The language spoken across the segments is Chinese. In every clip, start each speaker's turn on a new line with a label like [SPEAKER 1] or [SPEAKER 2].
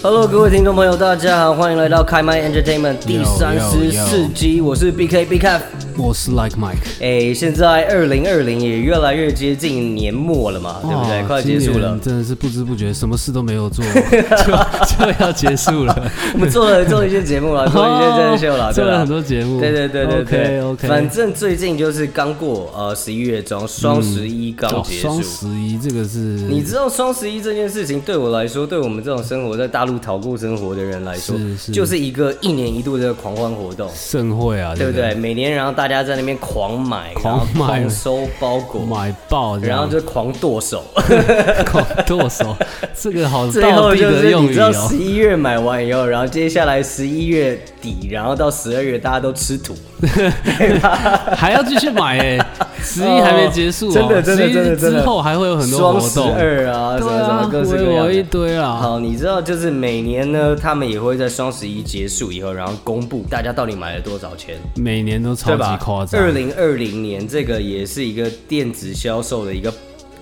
[SPEAKER 1] Hello，各位听众朋友，大家好，欢迎来到开麦 Entertainment 第
[SPEAKER 2] Yo,
[SPEAKER 1] 三十
[SPEAKER 2] yo,
[SPEAKER 1] 四
[SPEAKER 2] yo
[SPEAKER 1] 集，我是 BK BK。
[SPEAKER 2] 我是 Like Mike，
[SPEAKER 1] 哎，现在二零二零也越来越接近年末了嘛，对不对？
[SPEAKER 2] 哦
[SPEAKER 1] 快结束
[SPEAKER 2] 今
[SPEAKER 1] 了
[SPEAKER 2] 年。真的是不知不觉什么事都没有 做，就就要结束了。哦
[SPEAKER 1] 我们做了做了一些节目啊 了，做了一些真人秀了，
[SPEAKER 2] 做
[SPEAKER 1] 对吧
[SPEAKER 2] 了很多节目
[SPEAKER 1] 对对对对对
[SPEAKER 2] OK，OK 哦
[SPEAKER 1] 反正最近就是刚过呃十一月中，双十一刚
[SPEAKER 2] 哦
[SPEAKER 1] 结
[SPEAKER 2] 双
[SPEAKER 1] 束。
[SPEAKER 2] 十一这个是
[SPEAKER 1] 你知道双十一这件事情对我来说，对我们这种生活在大陆讨过生活的人来说，
[SPEAKER 2] 是是
[SPEAKER 1] 就是一个一年一度的狂欢活动，
[SPEAKER 2] 盛会啊，
[SPEAKER 1] 对不
[SPEAKER 2] 这个
[SPEAKER 1] 对？？每年然后大家在那边狂买，
[SPEAKER 2] 狂
[SPEAKER 1] 然后
[SPEAKER 2] 买
[SPEAKER 1] 狂收包裹，
[SPEAKER 2] 买爆这
[SPEAKER 1] 然
[SPEAKER 2] 样，
[SPEAKER 1] 后就狂剁手。
[SPEAKER 2] 狂剁手，这个 好
[SPEAKER 1] 最
[SPEAKER 2] 道
[SPEAKER 1] 后
[SPEAKER 2] 地
[SPEAKER 1] 就
[SPEAKER 2] 的
[SPEAKER 1] 是
[SPEAKER 2] 用
[SPEAKER 1] 你
[SPEAKER 2] 语
[SPEAKER 1] 知道
[SPEAKER 2] 哦
[SPEAKER 1] 十。一月买完以后，然后接下来十一月底，然后到十二月大家都吃土，
[SPEAKER 2] 还要继续 买哎、十一还没结束、哦，
[SPEAKER 1] 真的真的
[SPEAKER 2] 11
[SPEAKER 1] 真的真的
[SPEAKER 2] 之后还会有很多活
[SPEAKER 1] 双
[SPEAKER 2] 动，
[SPEAKER 1] 十二啊，什
[SPEAKER 2] 对
[SPEAKER 1] 么什么
[SPEAKER 2] 啊，
[SPEAKER 1] 各式各
[SPEAKER 2] 微
[SPEAKER 1] 样
[SPEAKER 2] 博
[SPEAKER 1] 的
[SPEAKER 2] 一堆啊，
[SPEAKER 1] 好，你知道就是每年呢，他们也会在双十一结束以后，然后公布大家到底买了多少钱，
[SPEAKER 2] 每年都超
[SPEAKER 1] 对
[SPEAKER 2] 级
[SPEAKER 1] 吧
[SPEAKER 2] 夸？张
[SPEAKER 1] 二。零二零年这个也是一个电子销售的一个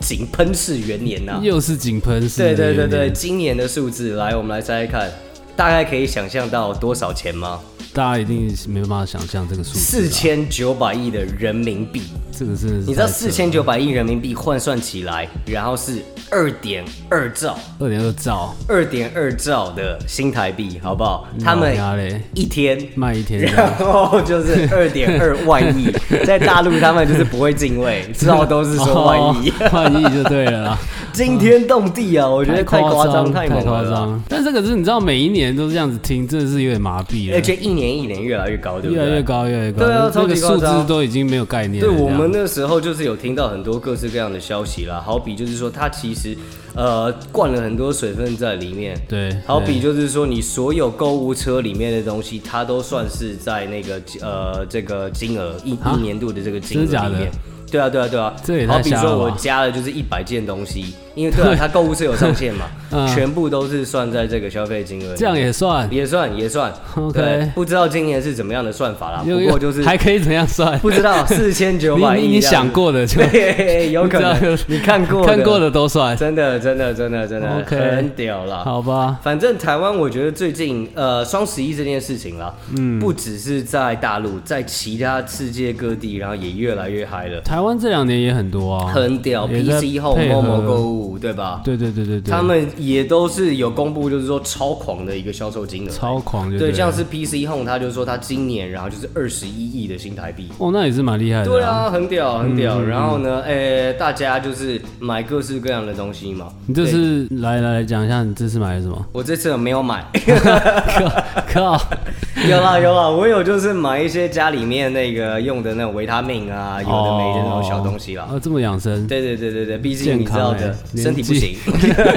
[SPEAKER 1] 井喷式元年呐、
[SPEAKER 2] 又是井喷式的
[SPEAKER 1] 啊对对
[SPEAKER 2] 元年，
[SPEAKER 1] 对对，今年的数字，来我们来猜猜看，大概可以想象到多少钱吗？
[SPEAKER 2] 大家一定是没办法想象这个数字啊，
[SPEAKER 1] 四千九百亿的人民币，
[SPEAKER 2] 这个真的是
[SPEAKER 1] 你知道
[SPEAKER 2] 太扯
[SPEAKER 1] 四千九百亿人民币换算起来，然后是二点二兆。
[SPEAKER 2] 二点二兆
[SPEAKER 1] 二点二兆的新台币，好不好？
[SPEAKER 2] 嗯
[SPEAKER 1] 他们
[SPEAKER 2] 妈嘞
[SPEAKER 1] 一天
[SPEAKER 2] 卖一天 的，
[SPEAKER 1] 然后就是二点二万亿，在大陆他们就是不会敬畏，知道都是说万亿，
[SPEAKER 2] 哦万亿就对了 啦，
[SPEAKER 1] 惊天动地啊！我觉得太夸张，
[SPEAKER 2] 太
[SPEAKER 1] 猛
[SPEAKER 2] 夸
[SPEAKER 1] 了啦。
[SPEAKER 2] 张。但这个是你知道，每一年都这样子听，真的是有点麻痹
[SPEAKER 1] 而
[SPEAKER 2] 了，
[SPEAKER 1] 且一年一年越来越高，对不
[SPEAKER 2] 越来越
[SPEAKER 1] 对？
[SPEAKER 2] 高，越来越高，
[SPEAKER 1] 哎对啊
[SPEAKER 2] 这
[SPEAKER 1] 超级
[SPEAKER 2] 个
[SPEAKER 1] 夸
[SPEAKER 2] 数
[SPEAKER 1] 张
[SPEAKER 2] 字都已经没有概念
[SPEAKER 1] 对
[SPEAKER 2] 了这样。
[SPEAKER 1] 我们那时候就是有听到很多各式各样的消息啦，好比就是说它其实呃灌了很多水分在里面，
[SPEAKER 2] 对，
[SPEAKER 1] 好比
[SPEAKER 2] 对
[SPEAKER 1] 就是说，你所有购物车里面的东西，它都算是在那个呃这个金额一
[SPEAKER 2] 啊
[SPEAKER 1] 一年度的这个金额
[SPEAKER 2] 真的假
[SPEAKER 1] 里
[SPEAKER 2] 的
[SPEAKER 1] 面。对啊，对啊，对啊。
[SPEAKER 2] 这也太
[SPEAKER 1] 好比
[SPEAKER 2] 瞎了
[SPEAKER 1] 说，我
[SPEAKER 2] 吧，
[SPEAKER 1] 加了就是一百件东西，因为对啊，它购物车有上限嘛
[SPEAKER 2] 嗯
[SPEAKER 1] 全部都是算在这个消费金额里面。
[SPEAKER 2] 这样也算
[SPEAKER 1] 也算也算。
[SPEAKER 2] OK
[SPEAKER 1] 对不知道今年是怎么样的算法啦。
[SPEAKER 2] 又
[SPEAKER 1] 不过就是
[SPEAKER 2] 又还可以怎样算？
[SPEAKER 1] 不知道 四千九百
[SPEAKER 2] 你
[SPEAKER 1] 亿。
[SPEAKER 2] 你你 想？过的就
[SPEAKER 1] 对，有可
[SPEAKER 2] 不知
[SPEAKER 1] 能
[SPEAKER 2] 道。
[SPEAKER 1] 你看过
[SPEAKER 2] 看过，的都算，
[SPEAKER 1] 真的真的真的真的
[SPEAKER 2] OK
[SPEAKER 1] 很屌啦。
[SPEAKER 2] 好吧？
[SPEAKER 1] 反正台湾，我觉得最近呃双十一这件事情啦，嗯，不只是在大陆，在其他世界各地，然后也越来越嗨了，
[SPEAKER 2] 台湾这两年也很多啊，
[SPEAKER 1] 很屌。
[SPEAKER 2] 也在
[SPEAKER 1] PC 后、
[SPEAKER 2] 配合
[SPEAKER 1] Momo 购物，对吧？
[SPEAKER 2] 对对对对对，
[SPEAKER 1] 他们也都是有公布，就是说超狂的一个销售金额。
[SPEAKER 2] 超狂就
[SPEAKER 1] 对，
[SPEAKER 2] 了
[SPEAKER 1] 像是 PC Home，他就说他今年然后就是二十一亿的新台币，
[SPEAKER 2] 哦，那也是蛮厉害的、嗯
[SPEAKER 1] 对，啊，很屌很屌。然后呢，诶、大家就是买各式各样的东西嘛。
[SPEAKER 2] 你这
[SPEAKER 1] 对
[SPEAKER 2] 次来来来讲一下，你这次买了
[SPEAKER 1] ？
[SPEAKER 2] 什么
[SPEAKER 1] 我这次没有买，
[SPEAKER 2] 靠，
[SPEAKER 1] 有啦有啦，我有就是买一些家里面那个用的那种维他命啊，有的没的那种小东西啦。
[SPEAKER 2] 哦，啊这么养生，
[SPEAKER 1] 对对对对对，毕竟
[SPEAKER 2] 健
[SPEAKER 1] 你知道
[SPEAKER 2] 康、
[SPEAKER 1] 的
[SPEAKER 2] 欸，，
[SPEAKER 1] 身体不行。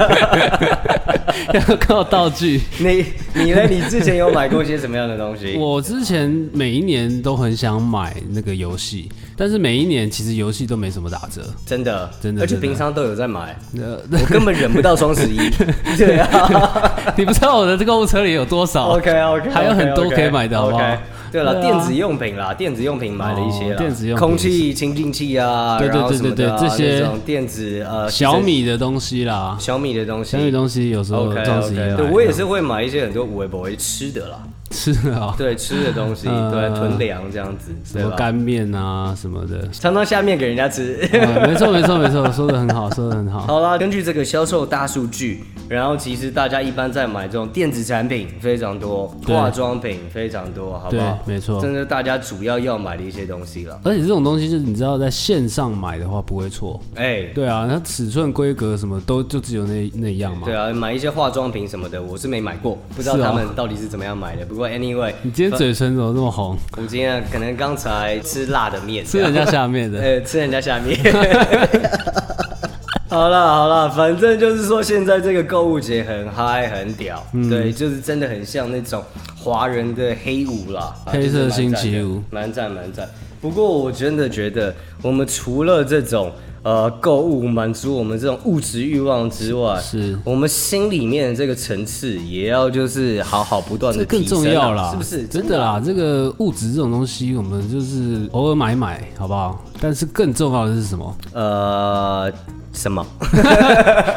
[SPEAKER 2] 年纪，要 靠道 具。
[SPEAKER 1] 你 你呢？你之前有买过些什么样的东西？
[SPEAKER 2] 我之前每一年都很想买那个游戏，但是每一年其实游戏都没什么打折。
[SPEAKER 1] 真的
[SPEAKER 2] 真的
[SPEAKER 1] 而且
[SPEAKER 2] 真的
[SPEAKER 1] 平常都有在买，
[SPEAKER 2] 呃，
[SPEAKER 1] 我根本忍不到双十 一。对啊
[SPEAKER 2] 你不知道我的这购物车里有多少
[SPEAKER 1] ，OK OK，
[SPEAKER 2] 还有很多可以买的好不好
[SPEAKER 1] 对了，
[SPEAKER 2] 对啊
[SPEAKER 1] 电子用品啦，电子用品买了一些啦，
[SPEAKER 2] 哦电子用品
[SPEAKER 1] 空气清净器啊，
[SPEAKER 2] 对对
[SPEAKER 1] 然后
[SPEAKER 2] 对
[SPEAKER 1] 什么
[SPEAKER 2] 对
[SPEAKER 1] 的啊
[SPEAKER 2] 对这些
[SPEAKER 1] 那种电子呃
[SPEAKER 2] 小米的东西啦，
[SPEAKER 1] 小米的东西
[SPEAKER 2] 小，米东西有时候
[SPEAKER 1] OK
[SPEAKER 2] 双十一
[SPEAKER 1] OK，
[SPEAKER 2] 买。
[SPEAKER 1] 对我也是会买一些很多微博吃的啦，
[SPEAKER 2] 吃的啊，
[SPEAKER 1] 对吃的东西，
[SPEAKER 2] 呃
[SPEAKER 1] 对囤粮这样子，
[SPEAKER 2] 什
[SPEAKER 1] 对
[SPEAKER 2] 么
[SPEAKER 1] 吧？
[SPEAKER 2] 干面啊什么的。
[SPEAKER 1] 常常下面给人家吃。
[SPEAKER 2] 呃没错没错没错，说的很好，说的很好。
[SPEAKER 1] 好啦，根据这个销售大数据，然后其实大家一般在买这种电子产品非常多，
[SPEAKER 2] 对
[SPEAKER 1] 化妆品非常多，好不
[SPEAKER 2] 对
[SPEAKER 1] 好？，
[SPEAKER 2] 没错。
[SPEAKER 1] 真的大家主要要买的一些东西了。
[SPEAKER 2] 而且这种东西就是你知道，在线上买的话不会错。
[SPEAKER 1] 哎，
[SPEAKER 2] 对啊，它尺寸、规格什么都就只有那那样嘛。
[SPEAKER 1] 对啊，买一些化妆品什么的，我是没买过，不知道
[SPEAKER 2] 是哦
[SPEAKER 1] 他们到底是怎么样买的。不过 anyway，
[SPEAKER 2] 你今天嘴唇怎么这么红？
[SPEAKER 1] 我今天可能刚才吃辣的面，
[SPEAKER 2] 吃人家下面 的。
[SPEAKER 1] 呃，吃人家下面。好啦好啦，反正就是说，现在这个购物节很嗨很屌，
[SPEAKER 2] 嗯
[SPEAKER 1] 对，就是真的很像那种华人的黑五啦，啊
[SPEAKER 2] 黑色星期，
[SPEAKER 1] 就是
[SPEAKER 2] 五
[SPEAKER 1] 蛮赞的蛮赞蛮赞。不过我真的觉得，我们除了这种呃购物满足我们这种物质欲望之外，
[SPEAKER 2] 是
[SPEAKER 1] 我们心里面的这个层次也要就是好好不断的
[SPEAKER 2] 这更重要啦，
[SPEAKER 1] 啊是不是？啊
[SPEAKER 2] 真的啦，这个物质这种东西，我们就是偶尔买买，好不好？但是更重要的是什么？
[SPEAKER 1] 呃，什么？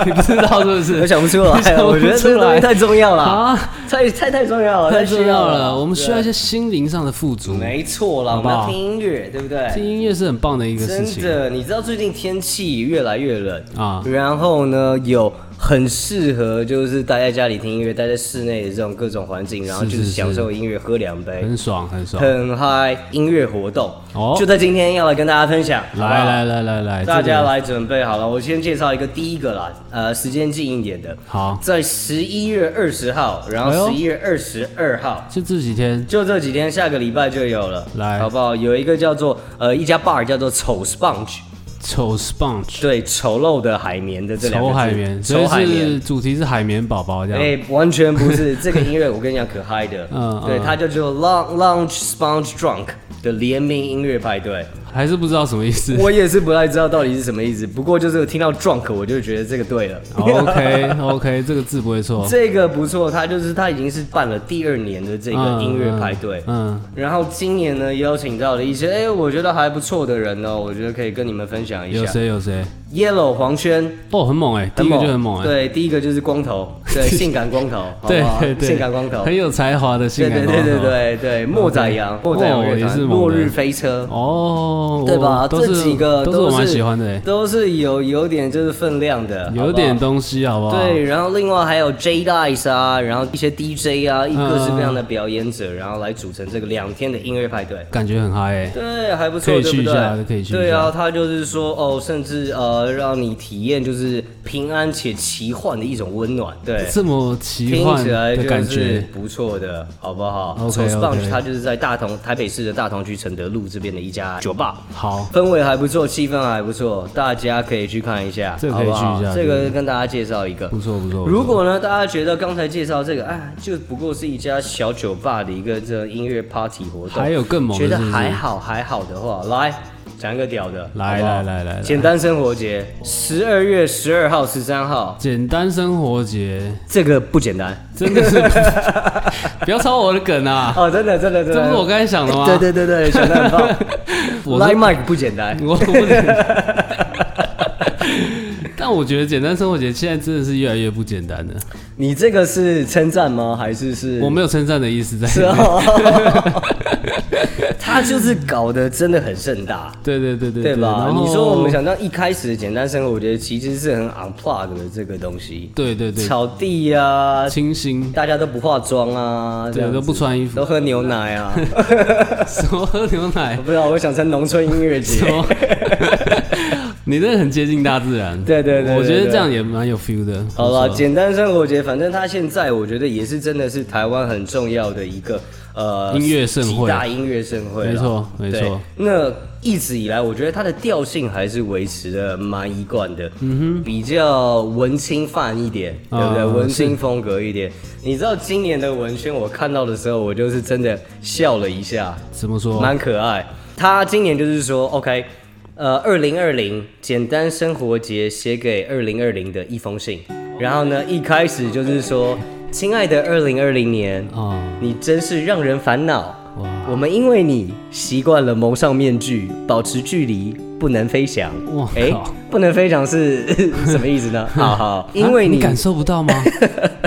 [SPEAKER 2] 你不知道是不
[SPEAKER 1] 我
[SPEAKER 2] 是？
[SPEAKER 1] 想不 出来
[SPEAKER 2] 你想
[SPEAKER 1] 啊，
[SPEAKER 2] 不
[SPEAKER 1] 我觉得这
[SPEAKER 2] 出
[SPEAKER 1] 个东
[SPEAKER 2] 来
[SPEAKER 1] 西太重要了，
[SPEAKER 2] 啊，
[SPEAKER 1] 太太太重要了，
[SPEAKER 2] 太
[SPEAKER 1] 需
[SPEAKER 2] 重要了，
[SPEAKER 1] 了，
[SPEAKER 2] 我们需要一
[SPEAKER 1] 对
[SPEAKER 2] 些心灵上的富足。
[SPEAKER 1] 没错啦，我
[SPEAKER 2] 不
[SPEAKER 1] 们
[SPEAKER 2] 好
[SPEAKER 1] 要听音乐，对不
[SPEAKER 2] 听
[SPEAKER 1] 对？
[SPEAKER 2] 音乐是很棒的一个事
[SPEAKER 1] 真
[SPEAKER 2] 情。
[SPEAKER 1] 的，你知道最近天气越来越冷
[SPEAKER 2] 啊
[SPEAKER 1] 然后呢，有很适合就是待在家里听音乐，待在室内的这种各种环境，然后就是
[SPEAKER 2] 是是
[SPEAKER 1] 享受音乐，喝两杯，
[SPEAKER 2] 很爽，很爽。
[SPEAKER 1] 很啊嗨音乐活动。
[SPEAKER 2] 哦
[SPEAKER 1] 就在今天要来跟大家分享，好不好
[SPEAKER 2] 来来来来来，
[SPEAKER 1] 大
[SPEAKER 2] 这个
[SPEAKER 1] 家来准备好了，我先介绍一个第一个啦，呃，时间近一点的，
[SPEAKER 2] 好，
[SPEAKER 1] 在十一月二十号，然
[SPEAKER 2] 哎呦
[SPEAKER 1] 后十一月二十二号。
[SPEAKER 2] 就这几天
[SPEAKER 1] 就这几天，下个礼拜就有了，
[SPEAKER 2] 来
[SPEAKER 1] 好不好？有一个叫做呃一家 bar 叫做丑 sponge，
[SPEAKER 2] 丑 sponge
[SPEAKER 1] 对，丑陋的海绵的这两个
[SPEAKER 2] 丑
[SPEAKER 1] 字
[SPEAKER 2] 海绵，所
[SPEAKER 1] 丑
[SPEAKER 2] 以
[SPEAKER 1] 海
[SPEAKER 2] 是
[SPEAKER 1] 绵。
[SPEAKER 2] 主题是海绵宝宝这
[SPEAKER 1] 哎、
[SPEAKER 2] 样。
[SPEAKER 1] 完全不是这个音乐，我跟你讲可嗨的，
[SPEAKER 2] 嗯
[SPEAKER 1] 对，
[SPEAKER 2] 嗯
[SPEAKER 1] 它叫做 Lounge Lounge Sponge Drunk 的联名音乐派 对。
[SPEAKER 2] 还是不知道什么意思。
[SPEAKER 1] 我也是不太知道到底是什么意思，不过就是我听到 drunk 我就觉得这个对了。
[SPEAKER 2] 哦 OK OK，这个字不会错。
[SPEAKER 1] 这个不错，它就是它已经是办了第二年的这个音乐派对。
[SPEAKER 2] 嗯，嗯
[SPEAKER 1] 然后今年呢，邀请到了一些哎、我觉得还不错的人哦，我觉得可以跟你们分享一
[SPEAKER 2] 有
[SPEAKER 1] 下。
[SPEAKER 2] 谁有谁？
[SPEAKER 1] Yellow 黄轩，
[SPEAKER 2] 哦，很猛哎，第
[SPEAKER 1] 很
[SPEAKER 2] 一个
[SPEAKER 1] 猛，
[SPEAKER 2] 就很猛哎，
[SPEAKER 1] 对，第一个就是光头， 对，性感光头，好不
[SPEAKER 2] 对
[SPEAKER 1] 好
[SPEAKER 2] 对对，
[SPEAKER 1] 性感光头
[SPEAKER 2] 很。有才华的性
[SPEAKER 1] 对对
[SPEAKER 2] 感光
[SPEAKER 1] 对
[SPEAKER 2] 头。啊
[SPEAKER 1] 对对对，莫仔阳，莫仔阳
[SPEAKER 2] 哦
[SPEAKER 1] 乐
[SPEAKER 2] 也
[SPEAKER 1] 团，
[SPEAKER 2] 是猛的
[SPEAKER 1] 落日飞车，
[SPEAKER 2] 哦，
[SPEAKER 1] 对吧
[SPEAKER 2] 我都
[SPEAKER 1] 这
[SPEAKER 2] 是
[SPEAKER 1] 几个
[SPEAKER 2] 都
[SPEAKER 1] 都
[SPEAKER 2] 我蛮
[SPEAKER 1] 是
[SPEAKER 2] 喜欢的哎，
[SPEAKER 1] 都是有有点就是分量的，好不好
[SPEAKER 2] 有点啊东西好不好？
[SPEAKER 1] 对，然后另外还有 J Dice 啊，然后一些 DJ 啊，
[SPEAKER 2] 嗯
[SPEAKER 1] 一各式各样的表演者，然后来组成这个两天的音乐派对。
[SPEAKER 2] 感觉很嗨哎。
[SPEAKER 1] 对，还不错，
[SPEAKER 2] 可
[SPEAKER 1] 对
[SPEAKER 2] 以去
[SPEAKER 1] 不
[SPEAKER 2] 一下
[SPEAKER 1] 对？
[SPEAKER 2] 可以去一下
[SPEAKER 1] 对啊，他就是说哦，甚至呃，让你体验就是平安且奇幻的一种温暖。对，
[SPEAKER 2] 这么奇
[SPEAKER 1] 听
[SPEAKER 2] 幻
[SPEAKER 1] 起来
[SPEAKER 2] 的感
[SPEAKER 1] 就是
[SPEAKER 2] 觉，
[SPEAKER 1] 不错的，好不好
[SPEAKER 2] OK，OK
[SPEAKER 1] Sponge 它就是在大同台北市的大同区承德路这边的一家酒吧。
[SPEAKER 2] 好，
[SPEAKER 1] 氛围还不错，气氛还不错，大家可以去看一下，
[SPEAKER 2] 这个
[SPEAKER 1] 好
[SPEAKER 2] 可以
[SPEAKER 1] 不好
[SPEAKER 2] 去一下
[SPEAKER 1] 这
[SPEAKER 2] 对
[SPEAKER 1] 个跟大家介绍一个，
[SPEAKER 2] 不错不错。不错
[SPEAKER 1] 如果呢，大家觉得刚才介绍这个，哎，就不过是一家小酒吧的一个这音乐 party 活动，
[SPEAKER 2] 还有更猛的
[SPEAKER 1] 觉得
[SPEAKER 2] 是不是
[SPEAKER 1] 还好还好的话，来讲一个屌的，好
[SPEAKER 2] 来
[SPEAKER 1] 不好
[SPEAKER 2] 来来来来
[SPEAKER 1] 简单生活节，十二月十二号、十三号，
[SPEAKER 2] 简单生活节
[SPEAKER 1] 这个不简单
[SPEAKER 2] 真的是不要抄我的 梗啊！
[SPEAKER 1] 哦，真的真的真
[SPEAKER 2] 这
[SPEAKER 1] 的，
[SPEAKER 2] 不是我刚才想的吗？
[SPEAKER 1] 对对对对，想得很棒
[SPEAKER 2] 我
[SPEAKER 1] ，Line Mike 不简单，
[SPEAKER 2] 我不能 但我觉得简单生活节现在真的是越来越不简单了。
[SPEAKER 1] 你这个是称赞吗？还是是
[SPEAKER 2] 我没 有称赞的意思在里
[SPEAKER 1] 是啊
[SPEAKER 2] 面。
[SPEAKER 1] 哦， 他就是搞得真的很盛大。
[SPEAKER 2] 对对对对
[SPEAKER 1] 对吧？
[SPEAKER 2] 然后
[SPEAKER 1] 你说我们想到一开始的简单生活，我觉得其实是很 unplug 的这个东西，
[SPEAKER 2] 对对对
[SPEAKER 1] 草地啊，
[SPEAKER 2] 清新，
[SPEAKER 1] 大家都不化妆啊，这
[SPEAKER 2] 对
[SPEAKER 1] 样子
[SPEAKER 2] 都不穿衣服
[SPEAKER 1] 都，喝牛奶啊。
[SPEAKER 2] 什么喝牛奶
[SPEAKER 1] 我，不知道，我想成农村音乐
[SPEAKER 2] 什
[SPEAKER 1] 节。
[SPEAKER 2] 么，你真的很接近大自然。
[SPEAKER 1] 对对对对
[SPEAKER 2] 我觉得
[SPEAKER 1] 对
[SPEAKER 2] 这样也蛮有 feel 的。
[SPEAKER 1] 好
[SPEAKER 2] 不错
[SPEAKER 1] 了，简单生活节，反正它现在我觉得也是真的是台湾很重要的一个呃
[SPEAKER 2] 音乐盛
[SPEAKER 1] 几
[SPEAKER 2] 会
[SPEAKER 1] 大音乐盛会啦，
[SPEAKER 2] 没错没错
[SPEAKER 1] 对。那一直以来，我觉得它的调性还是维持的蛮一贯的，嗯哼，比较文青范一点，对不对？
[SPEAKER 2] 啊
[SPEAKER 1] 文青风格一点。你知道今年的文宣，我看到的时候，我就是真的笑了一下，
[SPEAKER 2] 怎么说？
[SPEAKER 1] 蛮可爱。他今年就是说，OK，呃，二零二零简单生活节写给二零二零的一封信，然后呢，一开始就是说，亲爱的二零二零年，
[SPEAKER 2] 哦，
[SPEAKER 1] 你真是让人烦恼
[SPEAKER 2] 哇。
[SPEAKER 1] 我们因为你习惯了蒙上面具，保持距离，不能飞翔。
[SPEAKER 2] 哇
[SPEAKER 1] 诶
[SPEAKER 2] 靠
[SPEAKER 1] 不能飞翔是 什么意思 呢？好好，因为
[SPEAKER 2] 啊
[SPEAKER 1] 你
[SPEAKER 2] 感受不 到吗？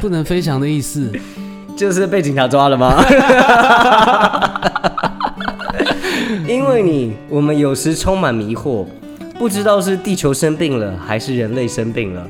[SPEAKER 2] 不能飞翔的意思。
[SPEAKER 1] 就是被警察抓了吗？ 因为你，我们有时充满迷惑，不知道是地球生病了，还是人类生病了，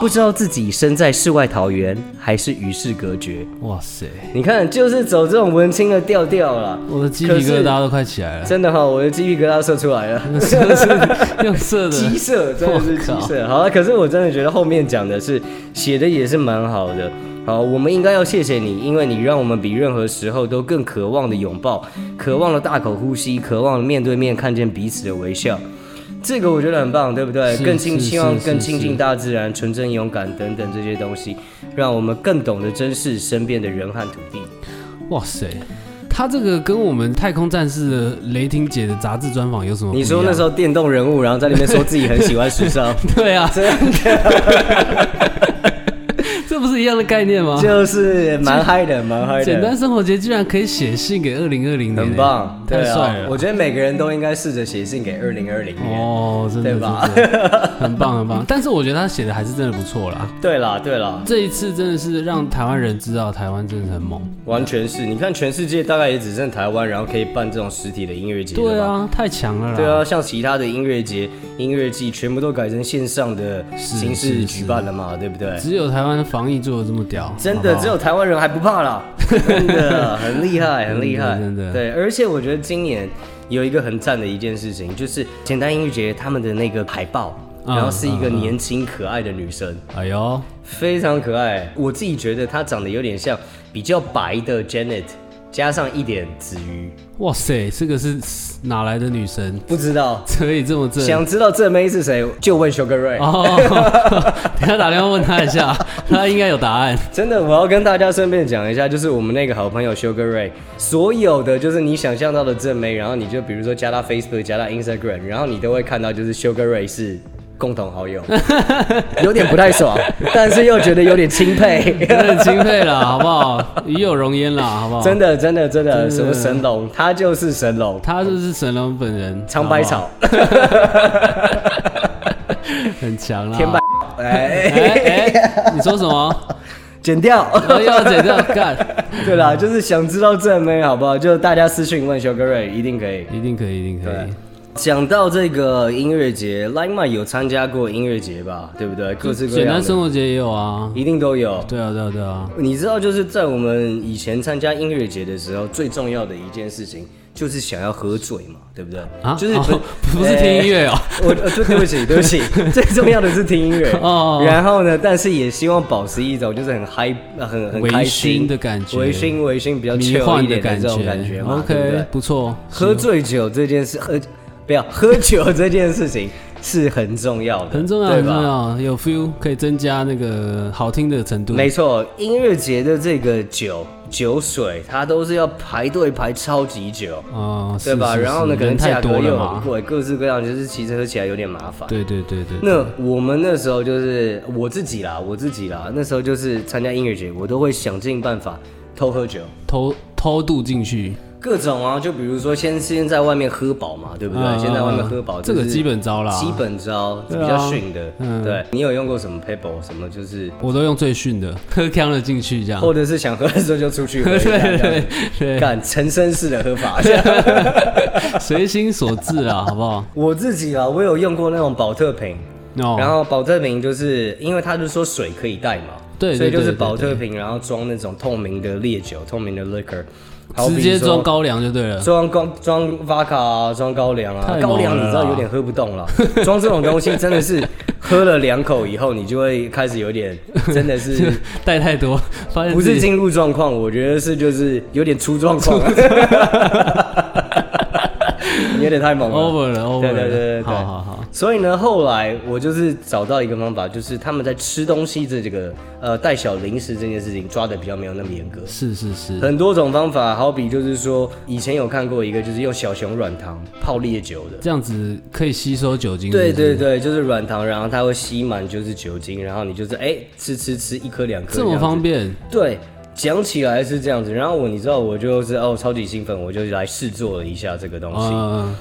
[SPEAKER 1] 不知道自己身在世外桃源，还是与世隔绝。
[SPEAKER 2] 哇塞，
[SPEAKER 1] 你看，就是走这种文青的调调了。
[SPEAKER 2] 我的鸡皮疙瘩都快起来了，
[SPEAKER 1] 真的哈、我的鸡皮疙瘩射出来了。
[SPEAKER 2] 真的是 用色 的
[SPEAKER 1] 鸡 舍真的是鸡舍，好了，可是我真的觉得后面讲的是写的也是蛮好的。好，我们应该要谢谢你，因为你让我们比任何时候都更渴望的拥抱，渴望了大口呼吸，渴望了面对面看见彼此的微笑。这个我觉得很棒，对不对？
[SPEAKER 2] 是
[SPEAKER 1] 更亲，
[SPEAKER 2] 是
[SPEAKER 1] 希望
[SPEAKER 2] 是是
[SPEAKER 1] 更亲
[SPEAKER 2] 是
[SPEAKER 1] 近大自然、纯真、勇敢等等这些东西，让我们更懂得珍视身边的人和土地。
[SPEAKER 2] 哇塞，他这个跟我们太空战士的雷霆姐的杂志专访有什么不一
[SPEAKER 1] 你
[SPEAKER 2] 样？
[SPEAKER 1] 说那时 候电动人物，然后
[SPEAKER 2] 啊
[SPEAKER 1] 在里面说自己很喜欢时尚，
[SPEAKER 2] 对啊，
[SPEAKER 1] 真的
[SPEAKER 2] 这不不是一样的概 念吗？
[SPEAKER 1] 就是蛮嗨的，蛮嗨的，
[SPEAKER 2] 简单生活节居然可以写信给二零二零年，
[SPEAKER 1] 很棒，
[SPEAKER 2] 太
[SPEAKER 1] 对
[SPEAKER 2] 帅
[SPEAKER 1] 啊！
[SPEAKER 2] 了
[SPEAKER 1] 我。觉得每个人都应该试着写信给二零二零年。
[SPEAKER 2] 哦，真的，
[SPEAKER 1] 对吧
[SPEAKER 2] 真的很棒，很棒。 但是我觉得他写的还是真的不错啦。
[SPEAKER 1] 对啦，对啦，
[SPEAKER 2] 这一次真的是让台湾人知道台湾真的很猛。
[SPEAKER 1] 完全是。你看，全世界大概也只剩台湾，然后可以办这种实体的音乐节了吧
[SPEAKER 2] 对，啊，太强了啦。
[SPEAKER 1] 对，啊，像其他的音乐节、音乐季，全部都改成线上的
[SPEAKER 2] 是
[SPEAKER 1] 形
[SPEAKER 2] 是
[SPEAKER 1] 式举
[SPEAKER 2] 嗯是
[SPEAKER 1] 办了嘛，对不对？
[SPEAKER 2] 只有台湾的防疫做的这么屌，
[SPEAKER 1] 真
[SPEAKER 2] 好
[SPEAKER 1] 的
[SPEAKER 2] 不好
[SPEAKER 1] 只有台湾人还不怕啦， 真的很厉害，很厉害，
[SPEAKER 2] 真的真的
[SPEAKER 1] 对，而且我觉得今年有一个很赞的一件事情，就是简单音乐节他们的那个海报，
[SPEAKER 2] 嗯
[SPEAKER 1] 然后是一个
[SPEAKER 2] 嗯嗯
[SPEAKER 1] 年轻可爱的女生，
[SPEAKER 2] 哎呦，
[SPEAKER 1] 非常可爱。我自己觉得她长得有点像比较白的 Janet，加上一点紫鱼，
[SPEAKER 2] 哇塞，这个是哪来的女神？
[SPEAKER 1] 不知道。
[SPEAKER 2] 可以这么正？
[SPEAKER 1] 想知道这妹是谁，就问 Sugar Ray。
[SPEAKER 2] 哦， 等一下打电话问他 一下，他应该有答案。
[SPEAKER 1] 真的，我要跟大家顺便讲一下，就是我们那个好朋友 Sugar Ray，所有的就是你想象到的正妹，然后你就比如说加他 Facebook、加他 Instagram，然后你都会看到就是 Sugar Ray 是共同好 友，有点不太 爽，但是又觉得有点钦 佩。
[SPEAKER 2] 真的很钦佩啦，好不好？与有荣焉啦，好不好？
[SPEAKER 1] 真的，真的，真的，
[SPEAKER 2] 真的
[SPEAKER 1] 什么神龙，他就是神龙，
[SPEAKER 2] 他就是神龙本人，
[SPEAKER 1] 长百草，
[SPEAKER 2] 好不好很强啦。
[SPEAKER 1] 天白，
[SPEAKER 2] 哎
[SPEAKER 1] 哎，
[SPEAKER 2] 哎，你说什么？
[SPEAKER 1] 剪掉。
[SPEAKER 2] 我要剪掉，干，
[SPEAKER 1] 对啦，就是想知道正妹好不好？就大家私讯问 Sugar Ray，一定可以。
[SPEAKER 2] 一定可以，一定可以。
[SPEAKER 1] 讲到这个音乐节 l i g e m a 有参加过音乐节吧？对不对？啊各式各
[SPEAKER 2] 简
[SPEAKER 1] 样
[SPEAKER 2] 单生
[SPEAKER 1] 的，
[SPEAKER 2] 活节也有啊。
[SPEAKER 1] 一定都有。
[SPEAKER 2] 对啊，对啊，对啊。
[SPEAKER 1] 你知道，就是在我们以前参加音乐节的时候，最重要的一件事情就是想要喝醉嘛，对不对？
[SPEAKER 2] 啊，
[SPEAKER 1] 就是
[SPEAKER 2] 哦 不是听音。
[SPEAKER 1] 哎
[SPEAKER 2] 乐哦，
[SPEAKER 1] 我呃对对不起，对不 起，最重要的是听音乐。
[SPEAKER 2] 哦
[SPEAKER 1] 哦。然后呢，但是也希望保持一种就是很嗨、呃很很
[SPEAKER 2] 微
[SPEAKER 1] 开
[SPEAKER 2] 醺
[SPEAKER 1] 心
[SPEAKER 2] 的感觉
[SPEAKER 1] 微醺微醺比较
[SPEAKER 2] 迷
[SPEAKER 1] chill
[SPEAKER 2] 幻
[SPEAKER 1] 一点
[SPEAKER 2] 感
[SPEAKER 1] 这种感觉嘛对不对
[SPEAKER 2] OK，不错。
[SPEAKER 1] 喝醉酒这件事，喝不要喝酒这件事情是很重要的，
[SPEAKER 2] 很重要，
[SPEAKER 1] 对
[SPEAKER 2] 很重
[SPEAKER 1] 吧？
[SPEAKER 2] 要，有 feel 可以增加那个好听的程度。
[SPEAKER 1] 没错，音乐节的这个酒酒水，它都是要排队排超级久，
[SPEAKER 2] 啊，
[SPEAKER 1] 对吧？
[SPEAKER 2] 是是
[SPEAKER 1] 然后呢，
[SPEAKER 2] 是
[SPEAKER 1] 可能
[SPEAKER 2] 人
[SPEAKER 1] 价
[SPEAKER 2] 太
[SPEAKER 1] 格
[SPEAKER 2] 多
[SPEAKER 1] 又
[SPEAKER 2] 了
[SPEAKER 1] 很
[SPEAKER 2] 嘛。
[SPEAKER 1] 贵，各式各样，就是其实喝起来有点麻烦。
[SPEAKER 2] 对对对对，
[SPEAKER 1] 那我们那时候就是我自己啦，我自己啦，那时候就是参加音乐节，我都会想尽办法偷喝酒。
[SPEAKER 2] 偷偷渡进去，
[SPEAKER 1] 各种啊，就比如说先先在外面喝饱嘛，对不对？
[SPEAKER 2] 嗯
[SPEAKER 1] 先在外面喝饱，
[SPEAKER 2] 这个
[SPEAKER 1] 是
[SPEAKER 2] 基本招啦
[SPEAKER 1] 基本招比
[SPEAKER 2] 对啊
[SPEAKER 1] 较逊的。
[SPEAKER 2] 嗯
[SPEAKER 1] 对，你有用过什么 paper 什么就是，
[SPEAKER 2] 我都用最逊的， 喝呛了进去这样。
[SPEAKER 1] 或者是想喝的时候就出去喝
[SPEAKER 2] 对
[SPEAKER 1] 一下，这样
[SPEAKER 2] 对
[SPEAKER 1] 子
[SPEAKER 2] 对
[SPEAKER 1] 干陈绅式的喝法。
[SPEAKER 2] 对，随心所至啊，好不好？
[SPEAKER 1] 我自己啊，我有用过那种保特瓶，然
[SPEAKER 2] 哦，
[SPEAKER 1] 后保特瓶就是因为他就说水可以带嘛，
[SPEAKER 2] 对对
[SPEAKER 1] 所以就是
[SPEAKER 2] 对对
[SPEAKER 1] 保特瓶，然后装那种透明的烈酒、透明的 liquor，好比
[SPEAKER 2] 直接
[SPEAKER 1] 说
[SPEAKER 2] 装高粱就对了。
[SPEAKER 1] 装高装 vodka 啊，装高粱啊
[SPEAKER 2] 太猛，
[SPEAKER 1] 高粱你知道
[SPEAKER 2] 了啦
[SPEAKER 1] 有点喝不动了。 装这种东西真的是喝了两口以后，你就会开始有 点，真的是
[SPEAKER 2] 带太多，发现
[SPEAKER 1] 不
[SPEAKER 2] 自
[SPEAKER 1] 是
[SPEAKER 2] 己
[SPEAKER 1] 进入状况，我觉得是就是有点出状 况 了。你有点太猛了。
[SPEAKER 2] over 了 over 了。
[SPEAKER 1] 对对对对对
[SPEAKER 2] 好好好，
[SPEAKER 1] 所以呢，后来我就是找到一个方法，就是他们在吃东西的这个呃带小零食这件事情抓的比较没有那么严格。
[SPEAKER 2] 是是是，
[SPEAKER 1] 很多种方法，好比就是说，以前有看过一个，就是用小熊软糖泡烈酒的。
[SPEAKER 2] 这样子可以吸收酒精。
[SPEAKER 1] 对
[SPEAKER 2] 是不是
[SPEAKER 1] 对，对，就是软糖，然后它会吸满就是酒精，然后你就是哎、吃吃吃一颗两颗
[SPEAKER 2] 这么
[SPEAKER 1] 样子
[SPEAKER 2] 方便，
[SPEAKER 1] 对，讲起来是这样子。然后我你知道我就是哦超级兴奋，我就来试做了一下这个东西。
[SPEAKER 2] 嗯，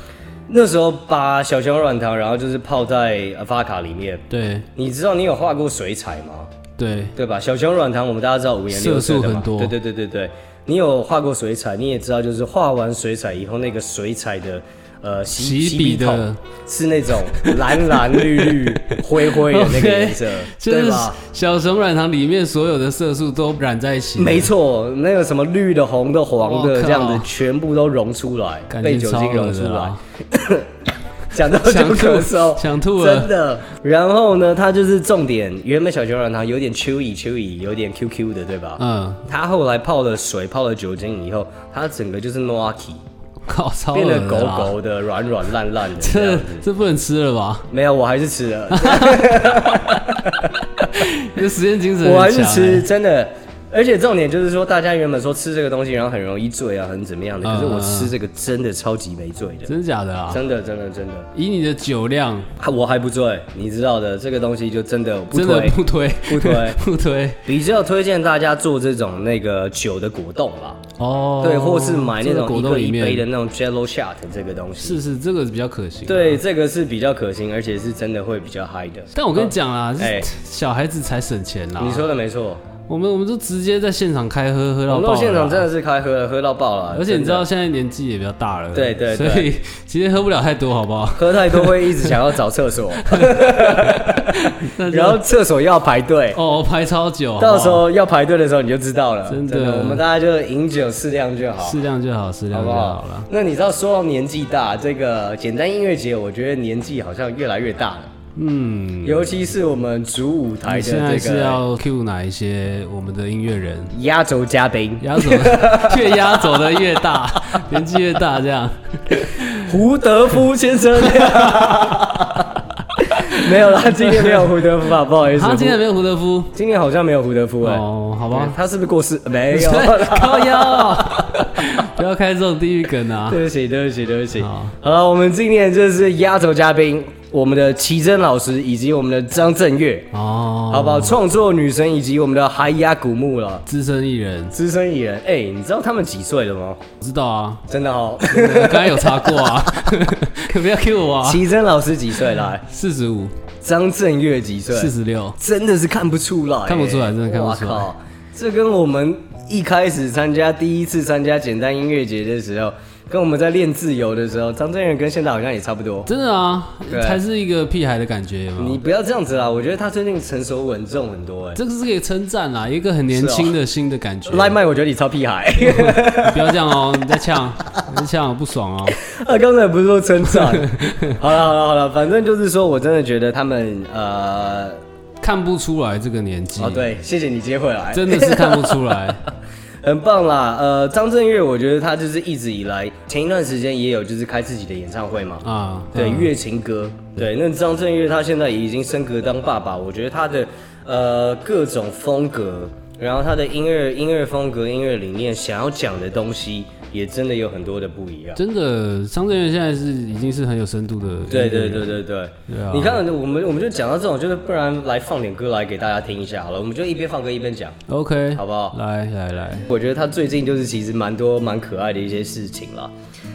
[SPEAKER 1] 那时候把小熊软糖，然后就是泡在呃发卡里面。
[SPEAKER 2] 对
[SPEAKER 1] 你知道你有画过水彩吗？
[SPEAKER 2] 对，
[SPEAKER 1] 对吧？小熊软糖我们大家知道五颜六色
[SPEAKER 2] 色
[SPEAKER 1] 的
[SPEAKER 2] 素
[SPEAKER 1] 嘛
[SPEAKER 2] 很多
[SPEAKER 1] 对对对对对。你有画过水彩，你也知道，就是画完水彩以后，那个水彩的呃洗
[SPEAKER 2] 洗笔
[SPEAKER 1] 筒
[SPEAKER 2] 的，
[SPEAKER 1] 是那种蓝蓝绿绿灰灰的那个
[SPEAKER 2] OK，
[SPEAKER 1] 颜 色
[SPEAKER 2] 就是
[SPEAKER 1] 对吧？
[SPEAKER 2] 小熊软糖里面所有的色素都染在一起，
[SPEAKER 1] 没错，那个什么绿的、红的、黄
[SPEAKER 2] 我
[SPEAKER 1] 的，
[SPEAKER 2] 靠
[SPEAKER 1] 这样子全部都溶出来，
[SPEAKER 2] 感
[SPEAKER 1] 被
[SPEAKER 2] 觉
[SPEAKER 1] 酒
[SPEAKER 2] 超
[SPEAKER 1] 精溶
[SPEAKER 2] 恶
[SPEAKER 1] 出
[SPEAKER 2] 的啊
[SPEAKER 1] 来
[SPEAKER 2] 啦，，
[SPEAKER 1] 讲到就
[SPEAKER 2] 想吐
[SPEAKER 1] 咳嗽，
[SPEAKER 2] 想吐了
[SPEAKER 1] 真的。然后呢，它就是重点，原本小熊软糖有点 chewy chewy，有点 QQ 的，对吧？
[SPEAKER 2] 嗯，
[SPEAKER 1] 它后来泡了水、泡了酒精以后，它整个就是 noaki，
[SPEAKER 2] 靠，超
[SPEAKER 1] 变得
[SPEAKER 2] 恶
[SPEAKER 1] 狗
[SPEAKER 2] 的啦，
[SPEAKER 1] 狗的、软软烂烂的这样
[SPEAKER 2] 这
[SPEAKER 1] 子。
[SPEAKER 2] 这不能吃了吧？
[SPEAKER 1] 没有，我还是吃 了，
[SPEAKER 2] 这实验精神很强欸，哎
[SPEAKER 1] 我还是吃，真的。而且重点就是说，大家原本说吃这个东西然后很容易醉啊，很怎么样的，可是我吃这个真的超级没醉的，
[SPEAKER 2] 真的假的啊？
[SPEAKER 1] 真的真的真的，
[SPEAKER 2] 以你的酒量，
[SPEAKER 1] 啊我还不醉，你知道的，这个东西就真的不
[SPEAKER 2] 真的
[SPEAKER 1] 推，
[SPEAKER 2] 不推，
[SPEAKER 1] 不推
[SPEAKER 2] 不推
[SPEAKER 1] 比较推荐大家做这种那个酒的果冻吧，
[SPEAKER 2] 哦。
[SPEAKER 1] 对，或是买那
[SPEAKER 2] 这
[SPEAKER 1] 种
[SPEAKER 2] 个果
[SPEAKER 1] 一
[SPEAKER 2] 冻
[SPEAKER 1] 个
[SPEAKER 2] 里
[SPEAKER 1] 一杯的
[SPEAKER 2] 面，
[SPEAKER 1] 那种 Jello Shot 这个东西，
[SPEAKER 2] 是是，这个比较可行。，啊
[SPEAKER 1] 对，这个是比较可行，而且是真的会比较嗨的。
[SPEAKER 2] 但我跟你讲啊，
[SPEAKER 1] 哎
[SPEAKER 2] 小孩子才省钱啦。
[SPEAKER 1] 你说的没错，
[SPEAKER 2] 我们我们就直接在现场开喝，喝到
[SPEAKER 1] 网络
[SPEAKER 2] 爆了啦。啊
[SPEAKER 1] 现场真的是开喝了，喝到爆了，啊
[SPEAKER 2] 而且你知
[SPEAKER 1] 真的
[SPEAKER 2] 道现在年纪也比较大了，
[SPEAKER 1] 对对对
[SPEAKER 2] 所以其实喝不了太多，好不好？
[SPEAKER 1] 喝太多会一直想要找厕 所，
[SPEAKER 2] 那就
[SPEAKER 1] 然后厕所要排队，
[SPEAKER 2] 哦，排超久，好不好
[SPEAKER 1] 到时候要排队的时候你就知道了。
[SPEAKER 2] 真的
[SPEAKER 1] 我们大家就饮酒适量就好。
[SPEAKER 2] 适量就好，适量
[SPEAKER 1] 好
[SPEAKER 2] 就
[SPEAKER 1] 不
[SPEAKER 2] 啊好
[SPEAKER 1] 好
[SPEAKER 2] 了。？
[SPEAKER 1] 那你知道说到年纪大，这个简单音乐节，我觉得年纪好像越来越大了，
[SPEAKER 2] 嗯，
[SPEAKER 1] 尤其是我们主舞台
[SPEAKER 2] 你现
[SPEAKER 1] 的
[SPEAKER 2] 在
[SPEAKER 1] 这
[SPEAKER 2] 是
[SPEAKER 1] 个
[SPEAKER 2] 要 cue 哪一些我们的音 乐人？
[SPEAKER 1] 压轴嘉宾
[SPEAKER 2] 压走的 越压走的越 大，年纪越大这样。
[SPEAKER 1] 胡德夫先 生。没有啦，今天没有胡德夫啊，不好意思。
[SPEAKER 2] 他今天没有胡德夫
[SPEAKER 1] 今年好像没有胡德夫哎、
[SPEAKER 2] 哦，好吧
[SPEAKER 1] 对，他是不是过世？没 有。
[SPEAKER 2] 高腰，不要开这种地狱梗啊！
[SPEAKER 1] 对不起，对不起，对不起。
[SPEAKER 2] 好
[SPEAKER 1] 好了，我们今天就是压轴嘉宾，我们的齐珍老师以及我们的张震岳，
[SPEAKER 2] 哦，
[SPEAKER 1] 好不好？创作女神以及我们的海雅古木了，
[SPEAKER 2] 资深艺人，
[SPEAKER 1] 资深艺人。哎、你知道他们几岁了吗？
[SPEAKER 2] 我知道啊，
[SPEAKER 1] 真的 哦，
[SPEAKER 2] 我刚才有查过啊， 不要 cue 我啊。
[SPEAKER 1] 齐珍老师几岁来？
[SPEAKER 2] 四十五，
[SPEAKER 1] 张震岳几岁？
[SPEAKER 2] 四十六，
[SPEAKER 1] 真的是看不出来、
[SPEAKER 2] 看不出来真的看不出来
[SPEAKER 1] 哇靠，这跟我们一开始参加第一次参加简单音乐节的时候，跟我们在练自由的时候，张震岳跟现在好像也差不多。
[SPEAKER 2] 真的啊，
[SPEAKER 1] 对
[SPEAKER 2] 才是一个屁孩的感觉有没有
[SPEAKER 1] 你不要这样子啦，我觉得他最近成熟稳重很多哎、
[SPEAKER 2] 这个是个称赞啦，一个很
[SPEAKER 1] 哦
[SPEAKER 2] 年轻的新的感觉。
[SPEAKER 1] 赖麦，我觉得你超屁孩。
[SPEAKER 2] 你不要这样哦，你在呛，你在呛，不爽哦。
[SPEAKER 1] 他刚才不是说称 赞？好了好了好了，反正就是说我真的觉得他们呃，
[SPEAKER 2] 看不出来这个年纪，
[SPEAKER 1] 哦对，谢谢你接回来，
[SPEAKER 2] 真的是看不出来。
[SPEAKER 1] 很棒啦。呃，张震岳，我觉得他就是一直以来，前一段时间也有就是开自己的演唱会嘛。
[SPEAKER 2] 啊，
[SPEAKER 1] 对，
[SPEAKER 2] 嗯
[SPEAKER 1] 月情歌，对，那张震岳他现在也已经升格当爸爸，我觉得他的呃各种风格，然后他的音乐音乐风格、音乐理念，想要讲的东西，也真的有很多的不一样。
[SPEAKER 2] 真的，张震岳现在是已经是很有深度的。
[SPEAKER 1] 对对，对对对，
[SPEAKER 2] 对啊
[SPEAKER 1] 你看我们我们就讲到这种，就是不然来放点歌来给大家听一下好了，我们就一边放歌一边讲，
[SPEAKER 2] OK，
[SPEAKER 1] 好不好？
[SPEAKER 2] 来来来，
[SPEAKER 1] 我觉得他最近就是其实蛮多蛮可爱的一些事情啦，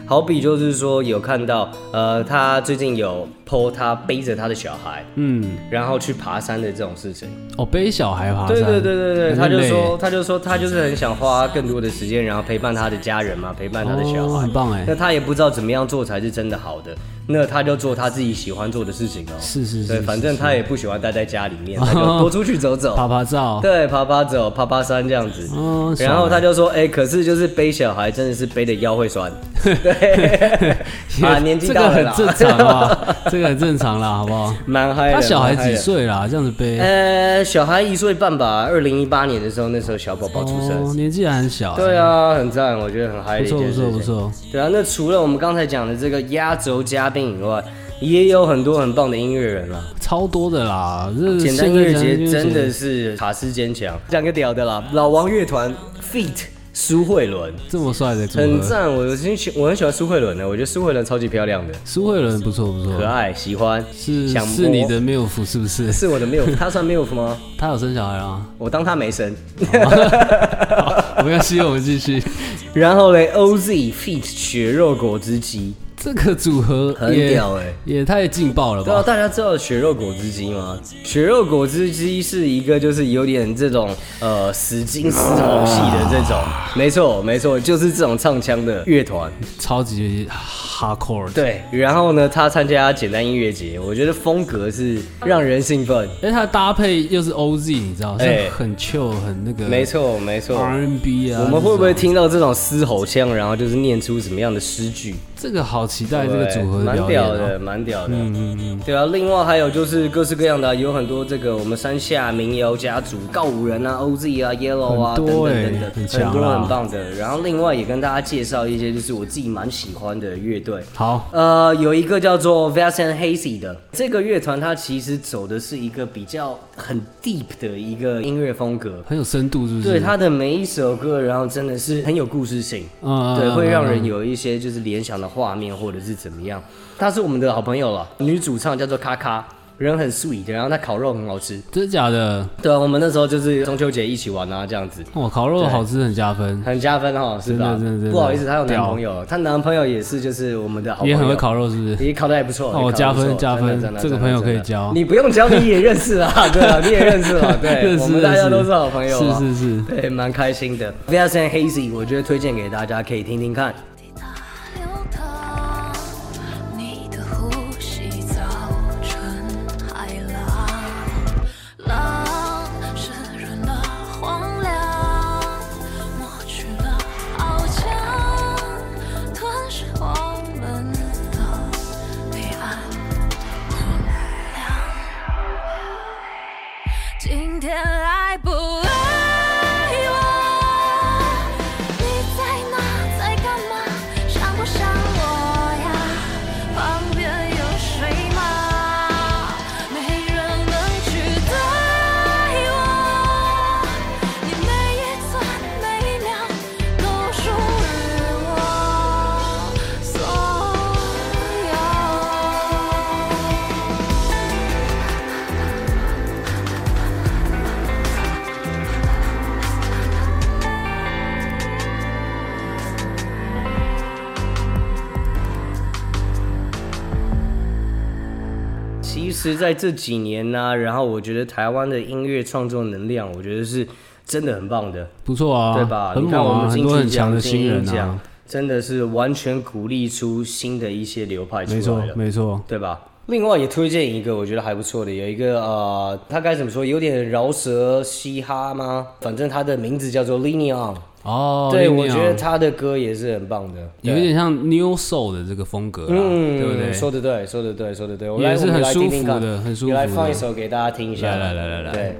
[SPEAKER 1] 好比就是说有看到呃他最近有 po 他背着他的小孩，
[SPEAKER 2] 嗯，
[SPEAKER 1] 然后去爬山的这种事情。
[SPEAKER 2] 哦，背小孩爬山，
[SPEAKER 1] 对对对对对，
[SPEAKER 2] 很
[SPEAKER 1] 他就
[SPEAKER 2] 累
[SPEAKER 1] 说他就说他就是很想花更多的时间，然后陪伴他的家人嘛，陪伴他的小
[SPEAKER 2] 哦
[SPEAKER 1] 孩。
[SPEAKER 2] 很棒哎
[SPEAKER 1] 那他也不知道怎么样做才是真的好的，那他就做他自己喜欢做的事情哦。
[SPEAKER 2] 是是
[SPEAKER 1] 对，
[SPEAKER 2] 是，
[SPEAKER 1] 反正他也不喜欢待在家里面，他 就多出去走走，
[SPEAKER 2] 爬爬照，
[SPEAKER 1] 对，爬爬走，爬爬山这样子。
[SPEAKER 2] 哦，
[SPEAKER 1] 然后他就说：“哎、可是就是背小孩，真的是背的腰会 酸。对，啊，年纪
[SPEAKER 2] 这
[SPEAKER 1] 大
[SPEAKER 2] 个
[SPEAKER 1] 了
[SPEAKER 2] 很
[SPEAKER 1] 啦，
[SPEAKER 2] 正常啊，这个很正常啦，好不好？
[SPEAKER 1] 蛮嗨的。
[SPEAKER 2] 他小孩
[SPEAKER 1] 蛮嗨
[SPEAKER 2] 几
[SPEAKER 1] 的？
[SPEAKER 2] 岁啦？这样子背，
[SPEAKER 1] 呃，小孩一岁半吧。二零一八年的时候，那时候小宝宝出生。
[SPEAKER 2] 哦，年纪还很小，
[SPEAKER 1] 对啊，很赞，我觉得很嗨
[SPEAKER 2] 不
[SPEAKER 1] 的一件
[SPEAKER 2] 错不
[SPEAKER 1] 事情。
[SPEAKER 2] 错不错，
[SPEAKER 1] 对啊，那除了我们刚才讲的这个压轴嘉宾以外，也有很多很棒的音乐人啦。
[SPEAKER 2] 超多的啦，这
[SPEAKER 1] 简单
[SPEAKER 2] 现
[SPEAKER 1] 音
[SPEAKER 2] 在
[SPEAKER 1] 乐
[SPEAKER 2] 讲
[SPEAKER 1] 节真的是卡斯坚强，讲个屌的啦，老王乐团 feat 苏慧伦，
[SPEAKER 2] 这么帅的组
[SPEAKER 1] 很
[SPEAKER 2] 合，
[SPEAKER 1] 赞。我我很喜我很喜欢苏慧伦的，我觉得苏慧伦超级漂亮的，
[SPEAKER 2] 苏慧伦不错不
[SPEAKER 1] 可
[SPEAKER 2] 错，
[SPEAKER 1] 爱，喜欢，
[SPEAKER 2] 是
[SPEAKER 1] 想摸
[SPEAKER 2] 是你的缪夫是不是？
[SPEAKER 1] 是我的 milf，她算 milf 吗？
[SPEAKER 2] 他有生小孩啊？
[SPEAKER 1] 我当她没生。
[SPEAKER 2] 好没关系，我们继续。
[SPEAKER 1] 然后嘞，OZ feat 血肉果汁机，
[SPEAKER 2] 这个组合
[SPEAKER 1] 很
[SPEAKER 2] 也
[SPEAKER 1] 屌哎、
[SPEAKER 2] 也太劲爆了
[SPEAKER 1] 对啊，
[SPEAKER 2] 吧！
[SPEAKER 1] 大家知道血肉果汁机吗？血肉果汁机是一个就是有点这种呃死金丝猴系的这种，没错没错，就是这种唱腔的乐团。
[SPEAKER 2] 超级 hardcore。，
[SPEAKER 1] 对，然后呢，他参加简单音乐节，我觉得风格是让人兴奋。
[SPEAKER 2] 哎，它的搭配又是 OZ，你知道，
[SPEAKER 1] 哎
[SPEAKER 2] 是很 chill，很那个，
[SPEAKER 1] 没错没错，
[SPEAKER 2] ，R&B 啊。
[SPEAKER 1] 我们会不会
[SPEAKER 2] 这种
[SPEAKER 1] 听到这种嘶吼腔，然后就是念出什么样的诗句？
[SPEAKER 2] 这个好期待这个组合的
[SPEAKER 1] 蛮
[SPEAKER 2] 表演
[SPEAKER 1] 屌
[SPEAKER 2] 哦。
[SPEAKER 1] 的，蛮屌的。
[SPEAKER 2] 嗯嗯嗯，
[SPEAKER 1] 对啊，另外还有就是各式各样的啊、有很多这个我们山下民谣家族告五人啊、OZ 啊、Yellow 啊
[SPEAKER 2] 很
[SPEAKER 1] 等
[SPEAKER 2] 多
[SPEAKER 1] 等
[SPEAKER 2] 欸
[SPEAKER 1] 等等，
[SPEAKER 2] 很强啊
[SPEAKER 1] 很多很棒的。然后另外也跟大家介绍一些就是我自己蛮喜欢的乐队。
[SPEAKER 2] 好，
[SPEAKER 1] 呃，有一个叫做 v a s a n Hazy 的这个乐团，它其实走的是一个比较很 deep 的一个音乐风格。
[SPEAKER 2] 很有深度，是不是？
[SPEAKER 1] 对它的每一首歌，然后真的是很有故事性，
[SPEAKER 2] 嗯，嗯
[SPEAKER 1] 对，会让人。
[SPEAKER 2] 嗯嗯
[SPEAKER 1] 有一些就是联想的画面或者是怎么样。她是我们的好朋友了，女主唱叫做咔咔，人很 sweet，然后她烤肉很好吃。
[SPEAKER 2] 真的假的？
[SPEAKER 1] 对啊，我们那时候就是中秋节一起玩啊，这样子。
[SPEAKER 2] 哦，烤肉
[SPEAKER 1] 对
[SPEAKER 2] 好吃很加分，
[SPEAKER 1] 很加分哈，是吧
[SPEAKER 2] 真的真的真？的
[SPEAKER 1] 不好意思，她有男
[SPEAKER 2] 屌
[SPEAKER 1] 朋友，她男朋友也是就是我们的好朋友，
[SPEAKER 2] 也很会烤肉，是不是？
[SPEAKER 1] 你考的还不错，
[SPEAKER 2] 哦
[SPEAKER 1] 你考得不错
[SPEAKER 2] 加分
[SPEAKER 1] 真的
[SPEAKER 2] 加分
[SPEAKER 1] 真的
[SPEAKER 2] 这个
[SPEAKER 1] 真的
[SPEAKER 2] 朋友可以
[SPEAKER 1] 真的
[SPEAKER 2] 交
[SPEAKER 1] 你不用教，你也认识啊，对啊，你也认识啊，对，
[SPEAKER 2] 认识
[SPEAKER 1] 我们大家
[SPEAKER 2] 认识
[SPEAKER 1] 都是好朋友啊，
[SPEAKER 2] 是是是
[SPEAKER 1] 对，蛮开心的。v s and Hazy，我觉得推荐给大家可以听听看。
[SPEAKER 3] 滴答流淌，你的呼吸早春海浪，浪湿润了荒凉，抹去了傲娇，吞噬我们的黑暗荒凉。今天爱不爱我？你在哪？在干嘛？想不想我呀？旁边有谁吗？没人能取代我，你每一寸每一秒都属于我所有。
[SPEAKER 1] 其实，在这几年呢、啊然后我觉得台湾的音乐创作能量，我觉得是真的很棒的，
[SPEAKER 2] 不错啊，
[SPEAKER 1] 对吧？
[SPEAKER 2] 很
[SPEAKER 1] 你看我
[SPEAKER 2] 猛啊，
[SPEAKER 1] 们
[SPEAKER 2] 很
[SPEAKER 1] 金
[SPEAKER 2] 多
[SPEAKER 1] 曲
[SPEAKER 2] 很强
[SPEAKER 1] 奖、
[SPEAKER 2] 的
[SPEAKER 1] 金
[SPEAKER 2] 新
[SPEAKER 1] 鹰
[SPEAKER 2] 人
[SPEAKER 1] 奖
[SPEAKER 2] 啊，，
[SPEAKER 1] 真的是完全鼓励出新的一些流派出
[SPEAKER 2] 没错
[SPEAKER 1] 来了。
[SPEAKER 2] 没错，
[SPEAKER 1] 对吧？另外也推荐一个我觉得还不错的，有一个呃，他该怎么说，有点饶舌嘻哈吗？反正他的名字叫做 Lineon，、
[SPEAKER 2] 哦，
[SPEAKER 1] 对
[SPEAKER 2] 林
[SPEAKER 1] 我
[SPEAKER 2] 鸟
[SPEAKER 1] 觉得他的歌也是很棒的，
[SPEAKER 2] 有一点像 New Soul 的这个风格啦，
[SPEAKER 1] 对，
[SPEAKER 2] 对不对？
[SPEAKER 1] 嗯说的对，说的对，说的对，我
[SPEAKER 2] 也
[SPEAKER 1] 来
[SPEAKER 2] 是
[SPEAKER 1] 我们来
[SPEAKER 2] 很舒
[SPEAKER 1] 听听
[SPEAKER 2] 服
[SPEAKER 1] 看
[SPEAKER 2] 的很舒
[SPEAKER 1] 你来
[SPEAKER 2] 服
[SPEAKER 1] 放一
[SPEAKER 2] 的
[SPEAKER 1] 首给大家听一下，
[SPEAKER 2] 来来来来来
[SPEAKER 1] 对。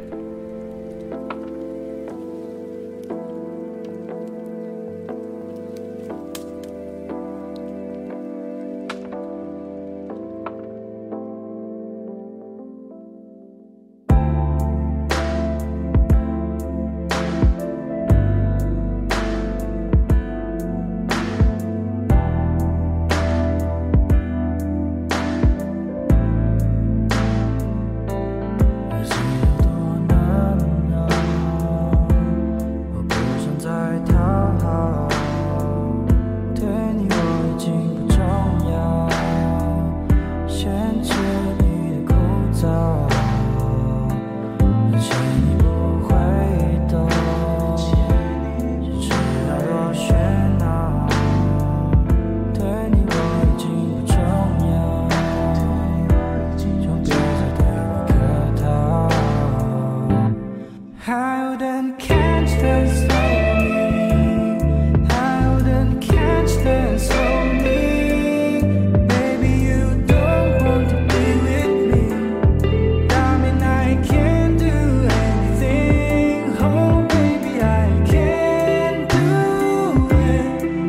[SPEAKER 4] 日子有多难熬，我不想再讨好，对你我已经不重要，限制你的枯燥，而且你不会懂，知道多喧闹，对你我已经不重要。就别再对我客套。I wouldn't catch this for me. I wouldn't catch this for me. Maybe you don't want to be with me. I mean I can't do anything. Oh baby I can't do anything.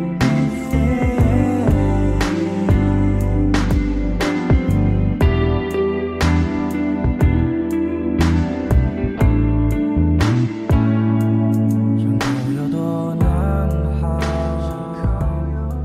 [SPEAKER 4] Sometimes you're the one I have.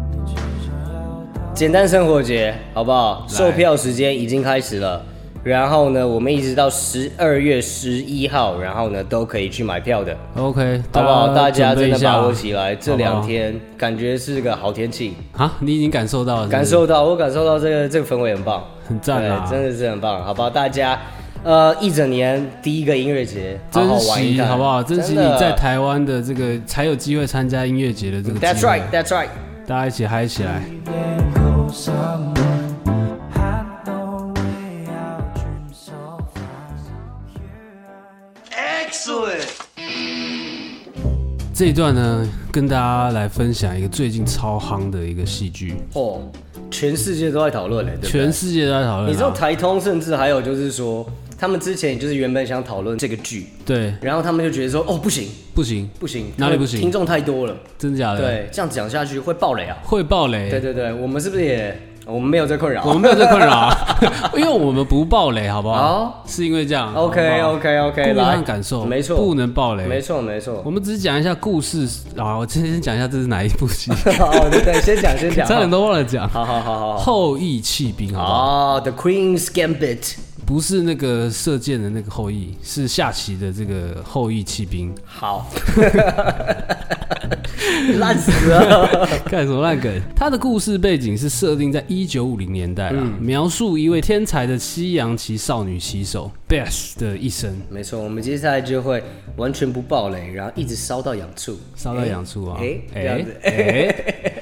[SPEAKER 1] 简单生活节，好不好？售票时间已经开始了，然后呢，我们一直到十二月十一号，然后呢都可以去买票的，
[SPEAKER 2] OK，
[SPEAKER 1] 好不好？大家
[SPEAKER 2] 准
[SPEAKER 1] 真
[SPEAKER 2] 备一
[SPEAKER 1] 的
[SPEAKER 2] 下
[SPEAKER 1] 把握起来，这
[SPEAKER 2] 好
[SPEAKER 1] 两
[SPEAKER 2] 不好
[SPEAKER 1] 天感觉是个好天气，
[SPEAKER 2] 啊，你已经感受到了是不是
[SPEAKER 1] 感受到我感受到这个这个氛围很棒，
[SPEAKER 2] 很赞啊
[SPEAKER 1] 对真的是很棒，好不好？大家。呃，一整年第一个音乐节，好好
[SPEAKER 2] 珍
[SPEAKER 1] 玩一
[SPEAKER 2] 惜
[SPEAKER 1] 看，
[SPEAKER 2] 好不好？珍惜你
[SPEAKER 1] 真的
[SPEAKER 2] 在台湾的这个才有机会参加音乐节的这个机
[SPEAKER 1] That's
[SPEAKER 2] 会
[SPEAKER 1] right, that's right。
[SPEAKER 2] 大家一起嗨起来！
[SPEAKER 4] Go someone had no way out, dream so far. Here I am.
[SPEAKER 5] Excellent.
[SPEAKER 2] 这一段呢，跟大家来分享一个最近超夯的一个戏剧，
[SPEAKER 1] 哦，全世界都在讨论欸嘞，对不对
[SPEAKER 2] 全世界都在讨论啊。
[SPEAKER 1] 你知道台通，甚至还有就是说，他们之前就是原本想讨论这个剧，
[SPEAKER 2] 对，
[SPEAKER 1] 然后他们就觉得说，哦，不行
[SPEAKER 2] 不行，
[SPEAKER 1] 不行，
[SPEAKER 2] 哪里不行
[SPEAKER 1] 听众太多了，
[SPEAKER 2] 真的假的？，
[SPEAKER 1] 对，这样讲下去会爆雷啊。
[SPEAKER 2] 会爆雷。
[SPEAKER 1] 对对对，我们是不是也我们没有这困扰？
[SPEAKER 2] 我们没有这困 扰啊，因为我们不爆雷，好不好
[SPEAKER 1] 好？
[SPEAKER 2] 是因为这样。
[SPEAKER 1] OK
[SPEAKER 2] 好不好
[SPEAKER 1] OK OK，
[SPEAKER 2] 顾
[SPEAKER 1] 来
[SPEAKER 2] 看感受，
[SPEAKER 1] 没错，
[SPEAKER 2] 不能爆
[SPEAKER 1] 没
[SPEAKER 2] 雷。
[SPEAKER 1] 错没错
[SPEAKER 2] 我。们只是讲一下故事啊，我先先讲一下这是哪一部 戏，
[SPEAKER 1] 哦，对对，先讲先讲，
[SPEAKER 2] 差点都忘了讲。
[SPEAKER 1] 好好好好好。
[SPEAKER 2] 后羿弃兵，好不好？
[SPEAKER 1] 哦，The Queen's Gambit，
[SPEAKER 2] 不是那个射箭的那个后羿，是下棋的这个后羿弃兵。
[SPEAKER 1] 好，烂死了。
[SPEAKER 2] 干什么烂梗？他的故事背景是设定在一九五零年代啦，
[SPEAKER 1] 嗯
[SPEAKER 2] 描述一位天才的西洋棋少女棋手 Bess 的一生，
[SPEAKER 1] 没错，我们接下来就会完全不爆雷，然后一直烧到痒处，
[SPEAKER 2] 烧到痒处啊！
[SPEAKER 1] 哎这样子
[SPEAKER 2] 哎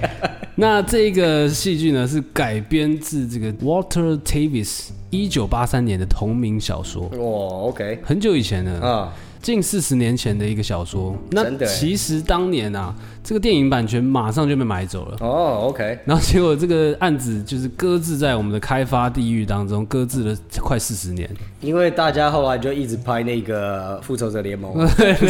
[SPEAKER 2] 那这个戏剧呢，是改编自这个 Walter Davis 一九八三年的同名小说，
[SPEAKER 1] 哇，OK，哦
[SPEAKER 2] 很久以前了。
[SPEAKER 1] 啊，
[SPEAKER 2] 近四十年前的一个小说。那
[SPEAKER 1] 真的欸
[SPEAKER 2] 其实当年啊，这个电影版权马上就被买走了。
[SPEAKER 1] 哦，OK，
[SPEAKER 2] 然后结果这个案子就是搁置在我们的开发地域当中，搁置了快四十年，
[SPEAKER 1] 因为大家后来就一直拍那个《复仇者联盟》，
[SPEAKER 2] 是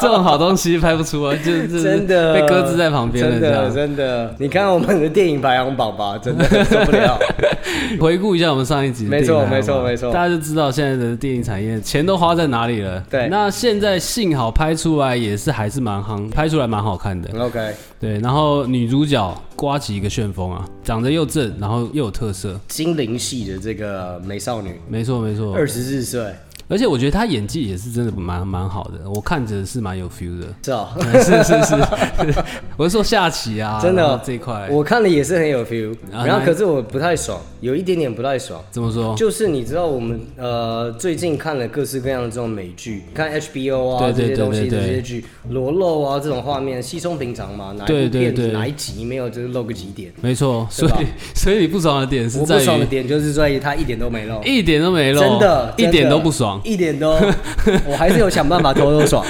[SPEAKER 2] 这种好东西拍不出啊，就是 就 是
[SPEAKER 1] 真的
[SPEAKER 2] 被搁置在旁边了
[SPEAKER 1] 真
[SPEAKER 2] 这
[SPEAKER 1] 的
[SPEAKER 2] 样。
[SPEAKER 1] 真的。你看我们的电影排行榜吧，真的受不 了。
[SPEAKER 2] 回顾一下我们上一集的
[SPEAKER 1] 没错
[SPEAKER 2] 电影
[SPEAKER 1] 没错
[SPEAKER 2] 好不好
[SPEAKER 1] 没错
[SPEAKER 2] 大家就知道现在的电影产业钱都花在哪里了。
[SPEAKER 1] 对
[SPEAKER 2] 那现在幸好拍出来也是还是蛮夯，拍出来蛮好看的。
[SPEAKER 1] OK，
[SPEAKER 2] 对，然后女主角刮起一个旋风啊，长得又正，然后又有特色。
[SPEAKER 1] 精灵系的这个美少女，
[SPEAKER 2] 没错没错，
[SPEAKER 1] 二十四岁，
[SPEAKER 2] 而且我觉得她演技也是真的蛮蛮好的，我看着是蛮有 feel 的。
[SPEAKER 1] 是哦，
[SPEAKER 2] 是是 是，我是说下棋啊，
[SPEAKER 1] 真的
[SPEAKER 2] 然
[SPEAKER 1] 哦
[SPEAKER 2] 后这一块，
[SPEAKER 1] 我看了也是很有 feel，
[SPEAKER 2] 啊
[SPEAKER 1] 然后
[SPEAKER 2] 那
[SPEAKER 1] 可是我不太爽，有一点点不太爽。
[SPEAKER 2] 怎么说？
[SPEAKER 1] 就是你知道我们呃最近看了各式各样的这种美剧，看 HBO 啊
[SPEAKER 2] 对
[SPEAKER 1] 这
[SPEAKER 2] 对
[SPEAKER 1] 些东西
[SPEAKER 2] 对对
[SPEAKER 1] 的
[SPEAKER 2] 对
[SPEAKER 1] 这些剧，裸露啊这种画面稀松平常嘛，哪一部
[SPEAKER 2] 对
[SPEAKER 1] 片
[SPEAKER 2] 对对
[SPEAKER 1] 哪一集没有就是露个几点？
[SPEAKER 2] 没错，所
[SPEAKER 1] 对吧
[SPEAKER 2] 以所以你不爽的点是
[SPEAKER 1] 我
[SPEAKER 2] 在
[SPEAKER 1] 不爽的
[SPEAKER 2] 于
[SPEAKER 1] 点就是在于它一点都没露，
[SPEAKER 2] 一点都没漏，
[SPEAKER 1] 真的
[SPEAKER 2] 一
[SPEAKER 1] 真
[SPEAKER 2] 点
[SPEAKER 1] 的，
[SPEAKER 2] 都不爽
[SPEAKER 1] 一点 都，我还是有想办法偷偷爽。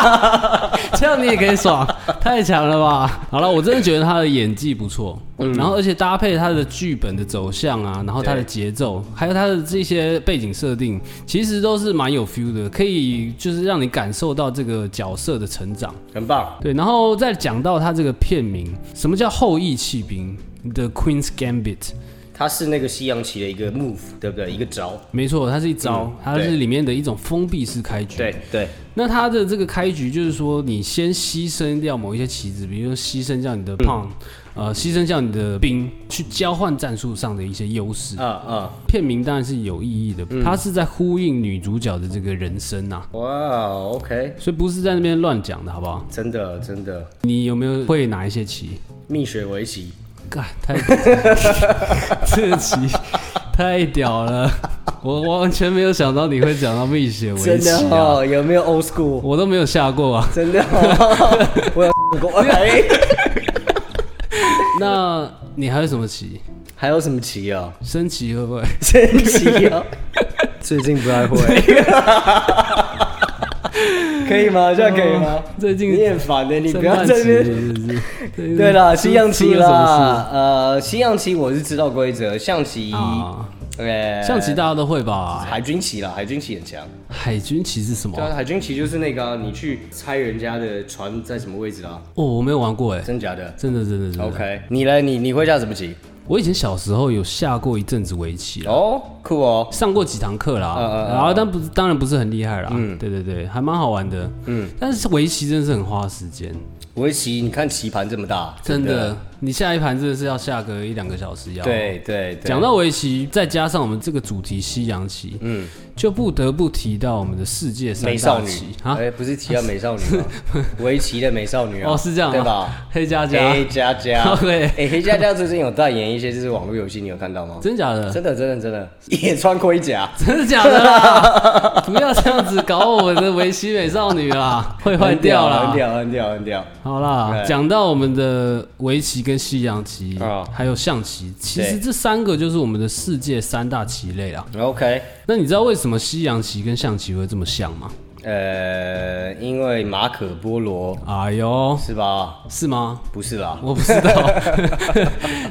[SPEAKER 2] 这样你也可以爽，太强了吧？嗯好了，我真的觉得他的演技不错，然后而且搭配他的剧本的走向啊，然后他的
[SPEAKER 1] 对
[SPEAKER 2] 节奏，还有他的这些背景设定，其实都是蛮有 feel 的，可以就是让你感受到这个角色的成长。
[SPEAKER 1] 很棒，
[SPEAKER 2] 对，然后再讲到他这个片名，什么叫后羿弃兵？The Queen's Gambit，
[SPEAKER 1] 它是那个西洋棋的一个 move，对不对？一个招。
[SPEAKER 2] 没错，它是一招，它是
[SPEAKER 1] 对
[SPEAKER 2] 里面的一种封闭式开局。
[SPEAKER 1] 对，对，
[SPEAKER 2] 那它的这个开局就是说，你先牺牲掉某一些棋子，比如说牺牲掉你的胖，
[SPEAKER 1] 嗯
[SPEAKER 2] 呃，牺牲掉你的兵，去交换战术上的一些优势。
[SPEAKER 1] 啊啊，
[SPEAKER 2] 片名当然是有意义的，
[SPEAKER 1] 嗯
[SPEAKER 2] 它是在呼应女主角的这个人生呐、
[SPEAKER 1] 哇，OK，
[SPEAKER 2] 所以不是在那边乱讲的，好不好？
[SPEAKER 1] 真的真的，
[SPEAKER 2] 你有没有会哪一些棋？
[SPEAKER 1] 蜜雪围棋，
[SPEAKER 2] 干太 这个棋太屌了，我我完全没有想到你会讲到蜜雪围
[SPEAKER 1] 真
[SPEAKER 2] 棋
[SPEAKER 1] 的
[SPEAKER 2] 啊，
[SPEAKER 1] 哦，有没有 old school？
[SPEAKER 2] 我都没有下过啊。
[SPEAKER 1] 真的、哦， 我有过。哎，
[SPEAKER 2] 那你 还有什么棋？
[SPEAKER 1] 还有什么棋啊、
[SPEAKER 2] 升棋哦会不会？
[SPEAKER 1] 升棋 啊、最近不太会。可以吗？这样可以吗？
[SPEAKER 2] 哦最近
[SPEAKER 1] 你很烦的、 欸你不要
[SPEAKER 2] 升
[SPEAKER 1] 在那
[SPEAKER 2] 半棋了
[SPEAKER 1] 边。
[SPEAKER 2] 是不是
[SPEAKER 1] 对啦，西洋棋。
[SPEAKER 2] 出出了什么事
[SPEAKER 1] 啦，呃，西洋棋我是知道规则，象棋，
[SPEAKER 2] 啊
[SPEAKER 1] 呃，
[SPEAKER 2] 象棋大家哦都会吧？
[SPEAKER 1] 海军棋啦，海军棋很强。
[SPEAKER 2] 海军棋是什么
[SPEAKER 1] 哎对？啊，海军棋就是那个啊、你去猜人家的船在什么位置啦，
[SPEAKER 2] 哦，我没有玩过哎，
[SPEAKER 1] 真假的
[SPEAKER 2] 真的真的真的。
[SPEAKER 1] ？OK，你来，你你会下什么棋？
[SPEAKER 2] 我以前小时候有下过一阵子围棋啦，
[SPEAKER 1] 哦，酷哦，
[SPEAKER 2] 上过几堂课啦，
[SPEAKER 1] 嗯嗯嗯
[SPEAKER 2] 然后但不是当然不是很厉害啦，
[SPEAKER 1] 嗯
[SPEAKER 2] 对对对，还蛮好玩的，嗯，但是围棋真的是很花时间，
[SPEAKER 1] 围棋，你看棋盘这么大，
[SPEAKER 2] 真的，哦你下一盘真的是要下个一两个小时要。
[SPEAKER 1] 对对对，
[SPEAKER 2] 讲到围棋，再加上我们这个主题西洋棋，嗯，就不得不提到我们的世界三
[SPEAKER 1] 美少
[SPEAKER 2] 大
[SPEAKER 1] 女
[SPEAKER 2] 棋啊
[SPEAKER 1] 哎、，不是提到美少女 吗？围棋的美少女啊，
[SPEAKER 2] 哦是这样啊
[SPEAKER 1] 对吧？
[SPEAKER 2] 黑 加加，
[SPEAKER 1] 黑佳佳，
[SPEAKER 2] 对
[SPEAKER 1] 哎、黑佳佳最近有代言一些就是网络游戏，你有看到吗？
[SPEAKER 2] 真假的？
[SPEAKER 1] 真的真的真的也穿盔 甲，
[SPEAKER 2] 真的假的 啦？不要这样子搞我的围棋美少女啦，会坏
[SPEAKER 1] 很
[SPEAKER 2] 掉啊啦
[SPEAKER 1] 很。屌很屌很屌。
[SPEAKER 2] 好啦，
[SPEAKER 1] 对
[SPEAKER 2] 讲到我们的围棋跟西洋棋，
[SPEAKER 1] 啊
[SPEAKER 2] 还有象棋，其实
[SPEAKER 1] 对
[SPEAKER 2] 这三个就是我们的世界三大棋类啦。
[SPEAKER 1] OK，
[SPEAKER 2] 那你知道为什么西洋棋跟象棋会这么像吗？
[SPEAKER 1] 呃，因为马可波罗
[SPEAKER 2] 哎呦，
[SPEAKER 1] 是吧？
[SPEAKER 2] 是吗？
[SPEAKER 1] 不是啦，
[SPEAKER 2] 我不知道，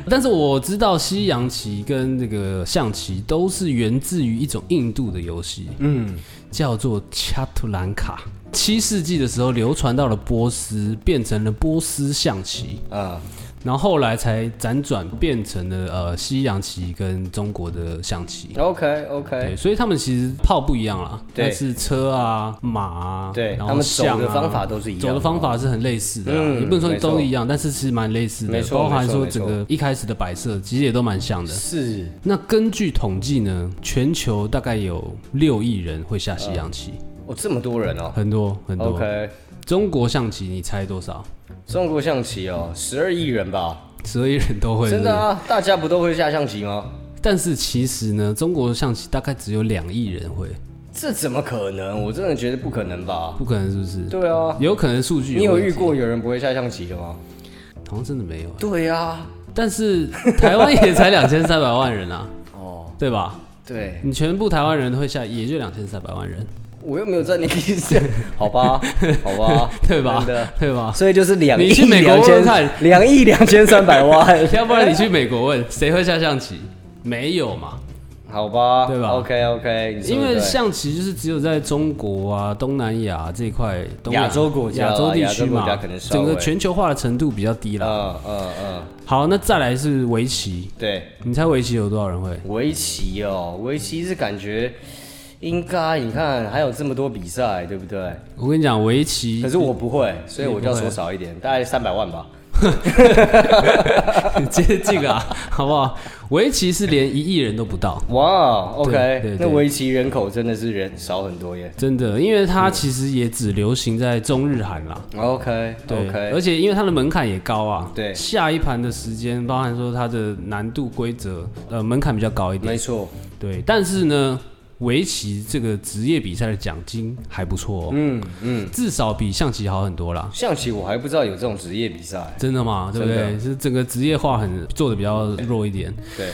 [SPEAKER 2] 但是我知道西洋棋跟那个象棋都是源自于一种印度的游戏，嗯，叫做恰图兰卡。七世纪的时候流传到了波斯，变成了波斯象棋，
[SPEAKER 1] 嗯，
[SPEAKER 2] 然后后来才辗转变成了呃西洋棋跟中国的象棋。
[SPEAKER 1] OK OK，
[SPEAKER 2] 对，所以他们其实炮不一样啦，
[SPEAKER 1] 哎对
[SPEAKER 2] 但是车啊、马啊，
[SPEAKER 1] 对
[SPEAKER 2] 然后
[SPEAKER 1] 他们走的
[SPEAKER 2] 象啊
[SPEAKER 1] 方法都是一样的
[SPEAKER 2] 走的方法是很类似的啦，
[SPEAKER 1] 嗯
[SPEAKER 2] 也不能说
[SPEAKER 1] 没错
[SPEAKER 2] 都一样，但是其实蛮类似的，啊
[SPEAKER 1] 没错
[SPEAKER 2] 包含
[SPEAKER 1] 没错
[SPEAKER 2] 说
[SPEAKER 1] 没错
[SPEAKER 2] 整个一开始的摆设，其实也都蛮像的。
[SPEAKER 1] 是
[SPEAKER 2] 那根据统计呢，全球大概有六亿人会下西洋棋，
[SPEAKER 1] 哦，这么多人哦。
[SPEAKER 2] 很多很多。
[SPEAKER 1] OK，
[SPEAKER 2] 中国象棋你猜多少？
[SPEAKER 1] 中国象棋哦，十二亿人吧，
[SPEAKER 2] 十二亿人都会，
[SPEAKER 1] 真的
[SPEAKER 2] 是不
[SPEAKER 1] 啊，大家不都会下象棋吗？
[SPEAKER 2] 是。但是其实呢，中国象棋大概只有两亿人会，
[SPEAKER 1] 这怎么可能？我真的觉得不可能吧？
[SPEAKER 2] 不可能是不是？
[SPEAKER 1] 对啊，
[SPEAKER 2] 有可能数据
[SPEAKER 1] 你有
[SPEAKER 2] 问题
[SPEAKER 1] 遇过？有人不会下象棋的吗？
[SPEAKER 2] 好像真的没有。
[SPEAKER 1] 对啊，
[SPEAKER 2] 但是台湾也才两千三百万人啊，
[SPEAKER 1] 哦，
[SPEAKER 2] 对吧？
[SPEAKER 1] 对，
[SPEAKER 2] 你全部台湾人会下，也就两千三百万人，，
[SPEAKER 1] 我又没有在那个意思，好吧，好吧
[SPEAKER 2] 对 吧
[SPEAKER 1] 真的，？
[SPEAKER 2] 对吧？
[SPEAKER 1] 所以就是两亿
[SPEAKER 2] 你去美国
[SPEAKER 1] 两
[SPEAKER 2] 问
[SPEAKER 1] 千
[SPEAKER 2] 问看，
[SPEAKER 1] 两亿两千三百万
[SPEAKER 2] 要不然你去美国问 谁会下象棋，没有嘛？
[SPEAKER 1] 好吧，
[SPEAKER 2] 对吧
[SPEAKER 1] ？OK OK，
[SPEAKER 2] 因为象棋就是只有在中国啊、东南亚这块东亚
[SPEAKER 1] 亚洲国家啊
[SPEAKER 2] 亚洲地区
[SPEAKER 1] 亚洲国
[SPEAKER 2] 嘛
[SPEAKER 1] 家可能，稍
[SPEAKER 2] 整个
[SPEAKER 1] 微
[SPEAKER 2] 全球化的程度比较低啦。
[SPEAKER 1] 嗯嗯嗯，
[SPEAKER 2] 好，那再来是围棋，
[SPEAKER 1] 对，
[SPEAKER 2] 你猜围棋有多少人会？
[SPEAKER 1] 围棋哦，围棋是感觉应该你看还有这么多比赛，对不对？
[SPEAKER 2] 我跟你讲，围棋
[SPEAKER 1] 可是我不会，所以我就要说
[SPEAKER 2] 你不会啊
[SPEAKER 1] 少一点，大概三百万吧。
[SPEAKER 2] 接近啊，好不好？围棋是连一亿人都不到。
[SPEAKER 1] 哇
[SPEAKER 2] 对
[SPEAKER 1] ，OK，
[SPEAKER 2] 对
[SPEAKER 1] 那
[SPEAKER 2] 对
[SPEAKER 1] 围棋人口真的是人少很多耶。
[SPEAKER 2] 真的，因为它其实也只流行在中日韩啦。
[SPEAKER 1] OK
[SPEAKER 2] 对
[SPEAKER 1] OK，
[SPEAKER 2] 而且因为它的门槛也高啊，
[SPEAKER 1] 对
[SPEAKER 2] 下一盘的时间，包含说它的难度规则，呃，门槛比较高一
[SPEAKER 1] 没
[SPEAKER 2] 点，
[SPEAKER 1] 错，
[SPEAKER 2] 对。但是呢，围棋这个职业比赛的奖金还不错哦，嗯嗯，至少比象棋好很多啦。
[SPEAKER 1] 象棋我还不知道有这种职业比赛。
[SPEAKER 2] 真的吗？对不
[SPEAKER 1] 真
[SPEAKER 2] 对？
[SPEAKER 1] 的
[SPEAKER 2] 是整个职业化很做的比较弱一点。
[SPEAKER 1] 对，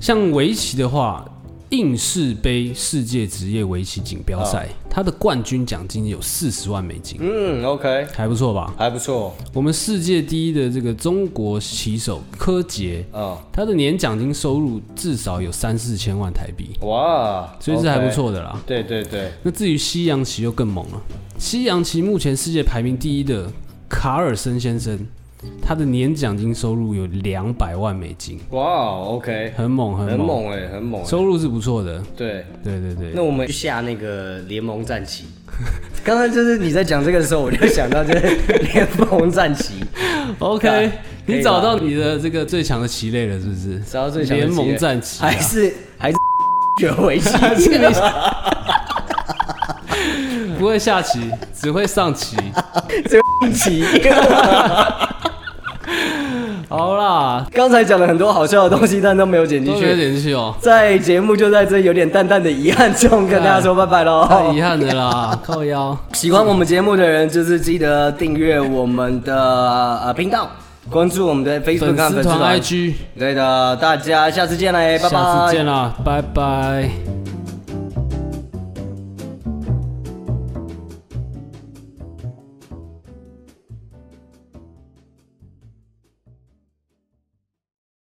[SPEAKER 2] 像围棋的话，应世杯世界职业围棋锦标赛，它的冠军奖金有四十万美金，
[SPEAKER 1] 啊嗯，OK，
[SPEAKER 2] 还不错吧？
[SPEAKER 1] 还不错，
[SPEAKER 2] 我们世界第一的这个中国棋手柯洁，
[SPEAKER 1] 嗯，
[SPEAKER 2] 他的年奖金收入至少有三四千万台币，
[SPEAKER 1] 哇，
[SPEAKER 2] 所以是还不
[SPEAKER 1] OK。
[SPEAKER 2] 错的啦。
[SPEAKER 1] 对对对，
[SPEAKER 2] 那至于西洋棋就更猛了，西洋棋目前世界排名第一的卡尔森先生，他的年奖金收入有两百万美金，
[SPEAKER 1] 哇，OK，
[SPEAKER 2] 很猛很
[SPEAKER 1] 很
[SPEAKER 2] 猛，
[SPEAKER 1] 猛哎，很猛欸。
[SPEAKER 2] 收入是不错的。
[SPEAKER 1] 对，
[SPEAKER 2] 对对对，
[SPEAKER 1] 那我们去下那个联盟战棋。 刚刚就是你在讲这个的时候，我就想到就是联盟战棋，
[SPEAKER 2] OK，
[SPEAKER 1] 可以吧
[SPEAKER 2] 你找到你的这个最强的棋类了，是不是？
[SPEAKER 1] 找到最强的棋
[SPEAKER 2] 联
[SPEAKER 1] 类
[SPEAKER 2] 盟战棋啊、
[SPEAKER 1] 还 是还是学围 棋，
[SPEAKER 2] 不会下棋，只会上棋。
[SPEAKER 1] 棋。
[SPEAKER 2] 好啦，
[SPEAKER 1] 刚才讲了很多好笑的东西，但都没有剪进
[SPEAKER 2] 都没
[SPEAKER 1] 去。
[SPEAKER 2] 点进去哦，
[SPEAKER 1] 在节目就在这有点淡淡的遗憾中跟大家说拜拜喽。
[SPEAKER 2] 太遗憾 了啦，靠腰。
[SPEAKER 1] 喜欢我们节目的人，就是记得订阅我们的呃频道，关注我们的 Facebook
[SPEAKER 2] 粉
[SPEAKER 1] 和
[SPEAKER 2] 丝
[SPEAKER 1] 粉丝
[SPEAKER 2] 团
[SPEAKER 1] 团。
[SPEAKER 2] IG，
[SPEAKER 1] 对的，大家下次见嘞，拜拜。
[SPEAKER 2] 下次见啦，拜拜。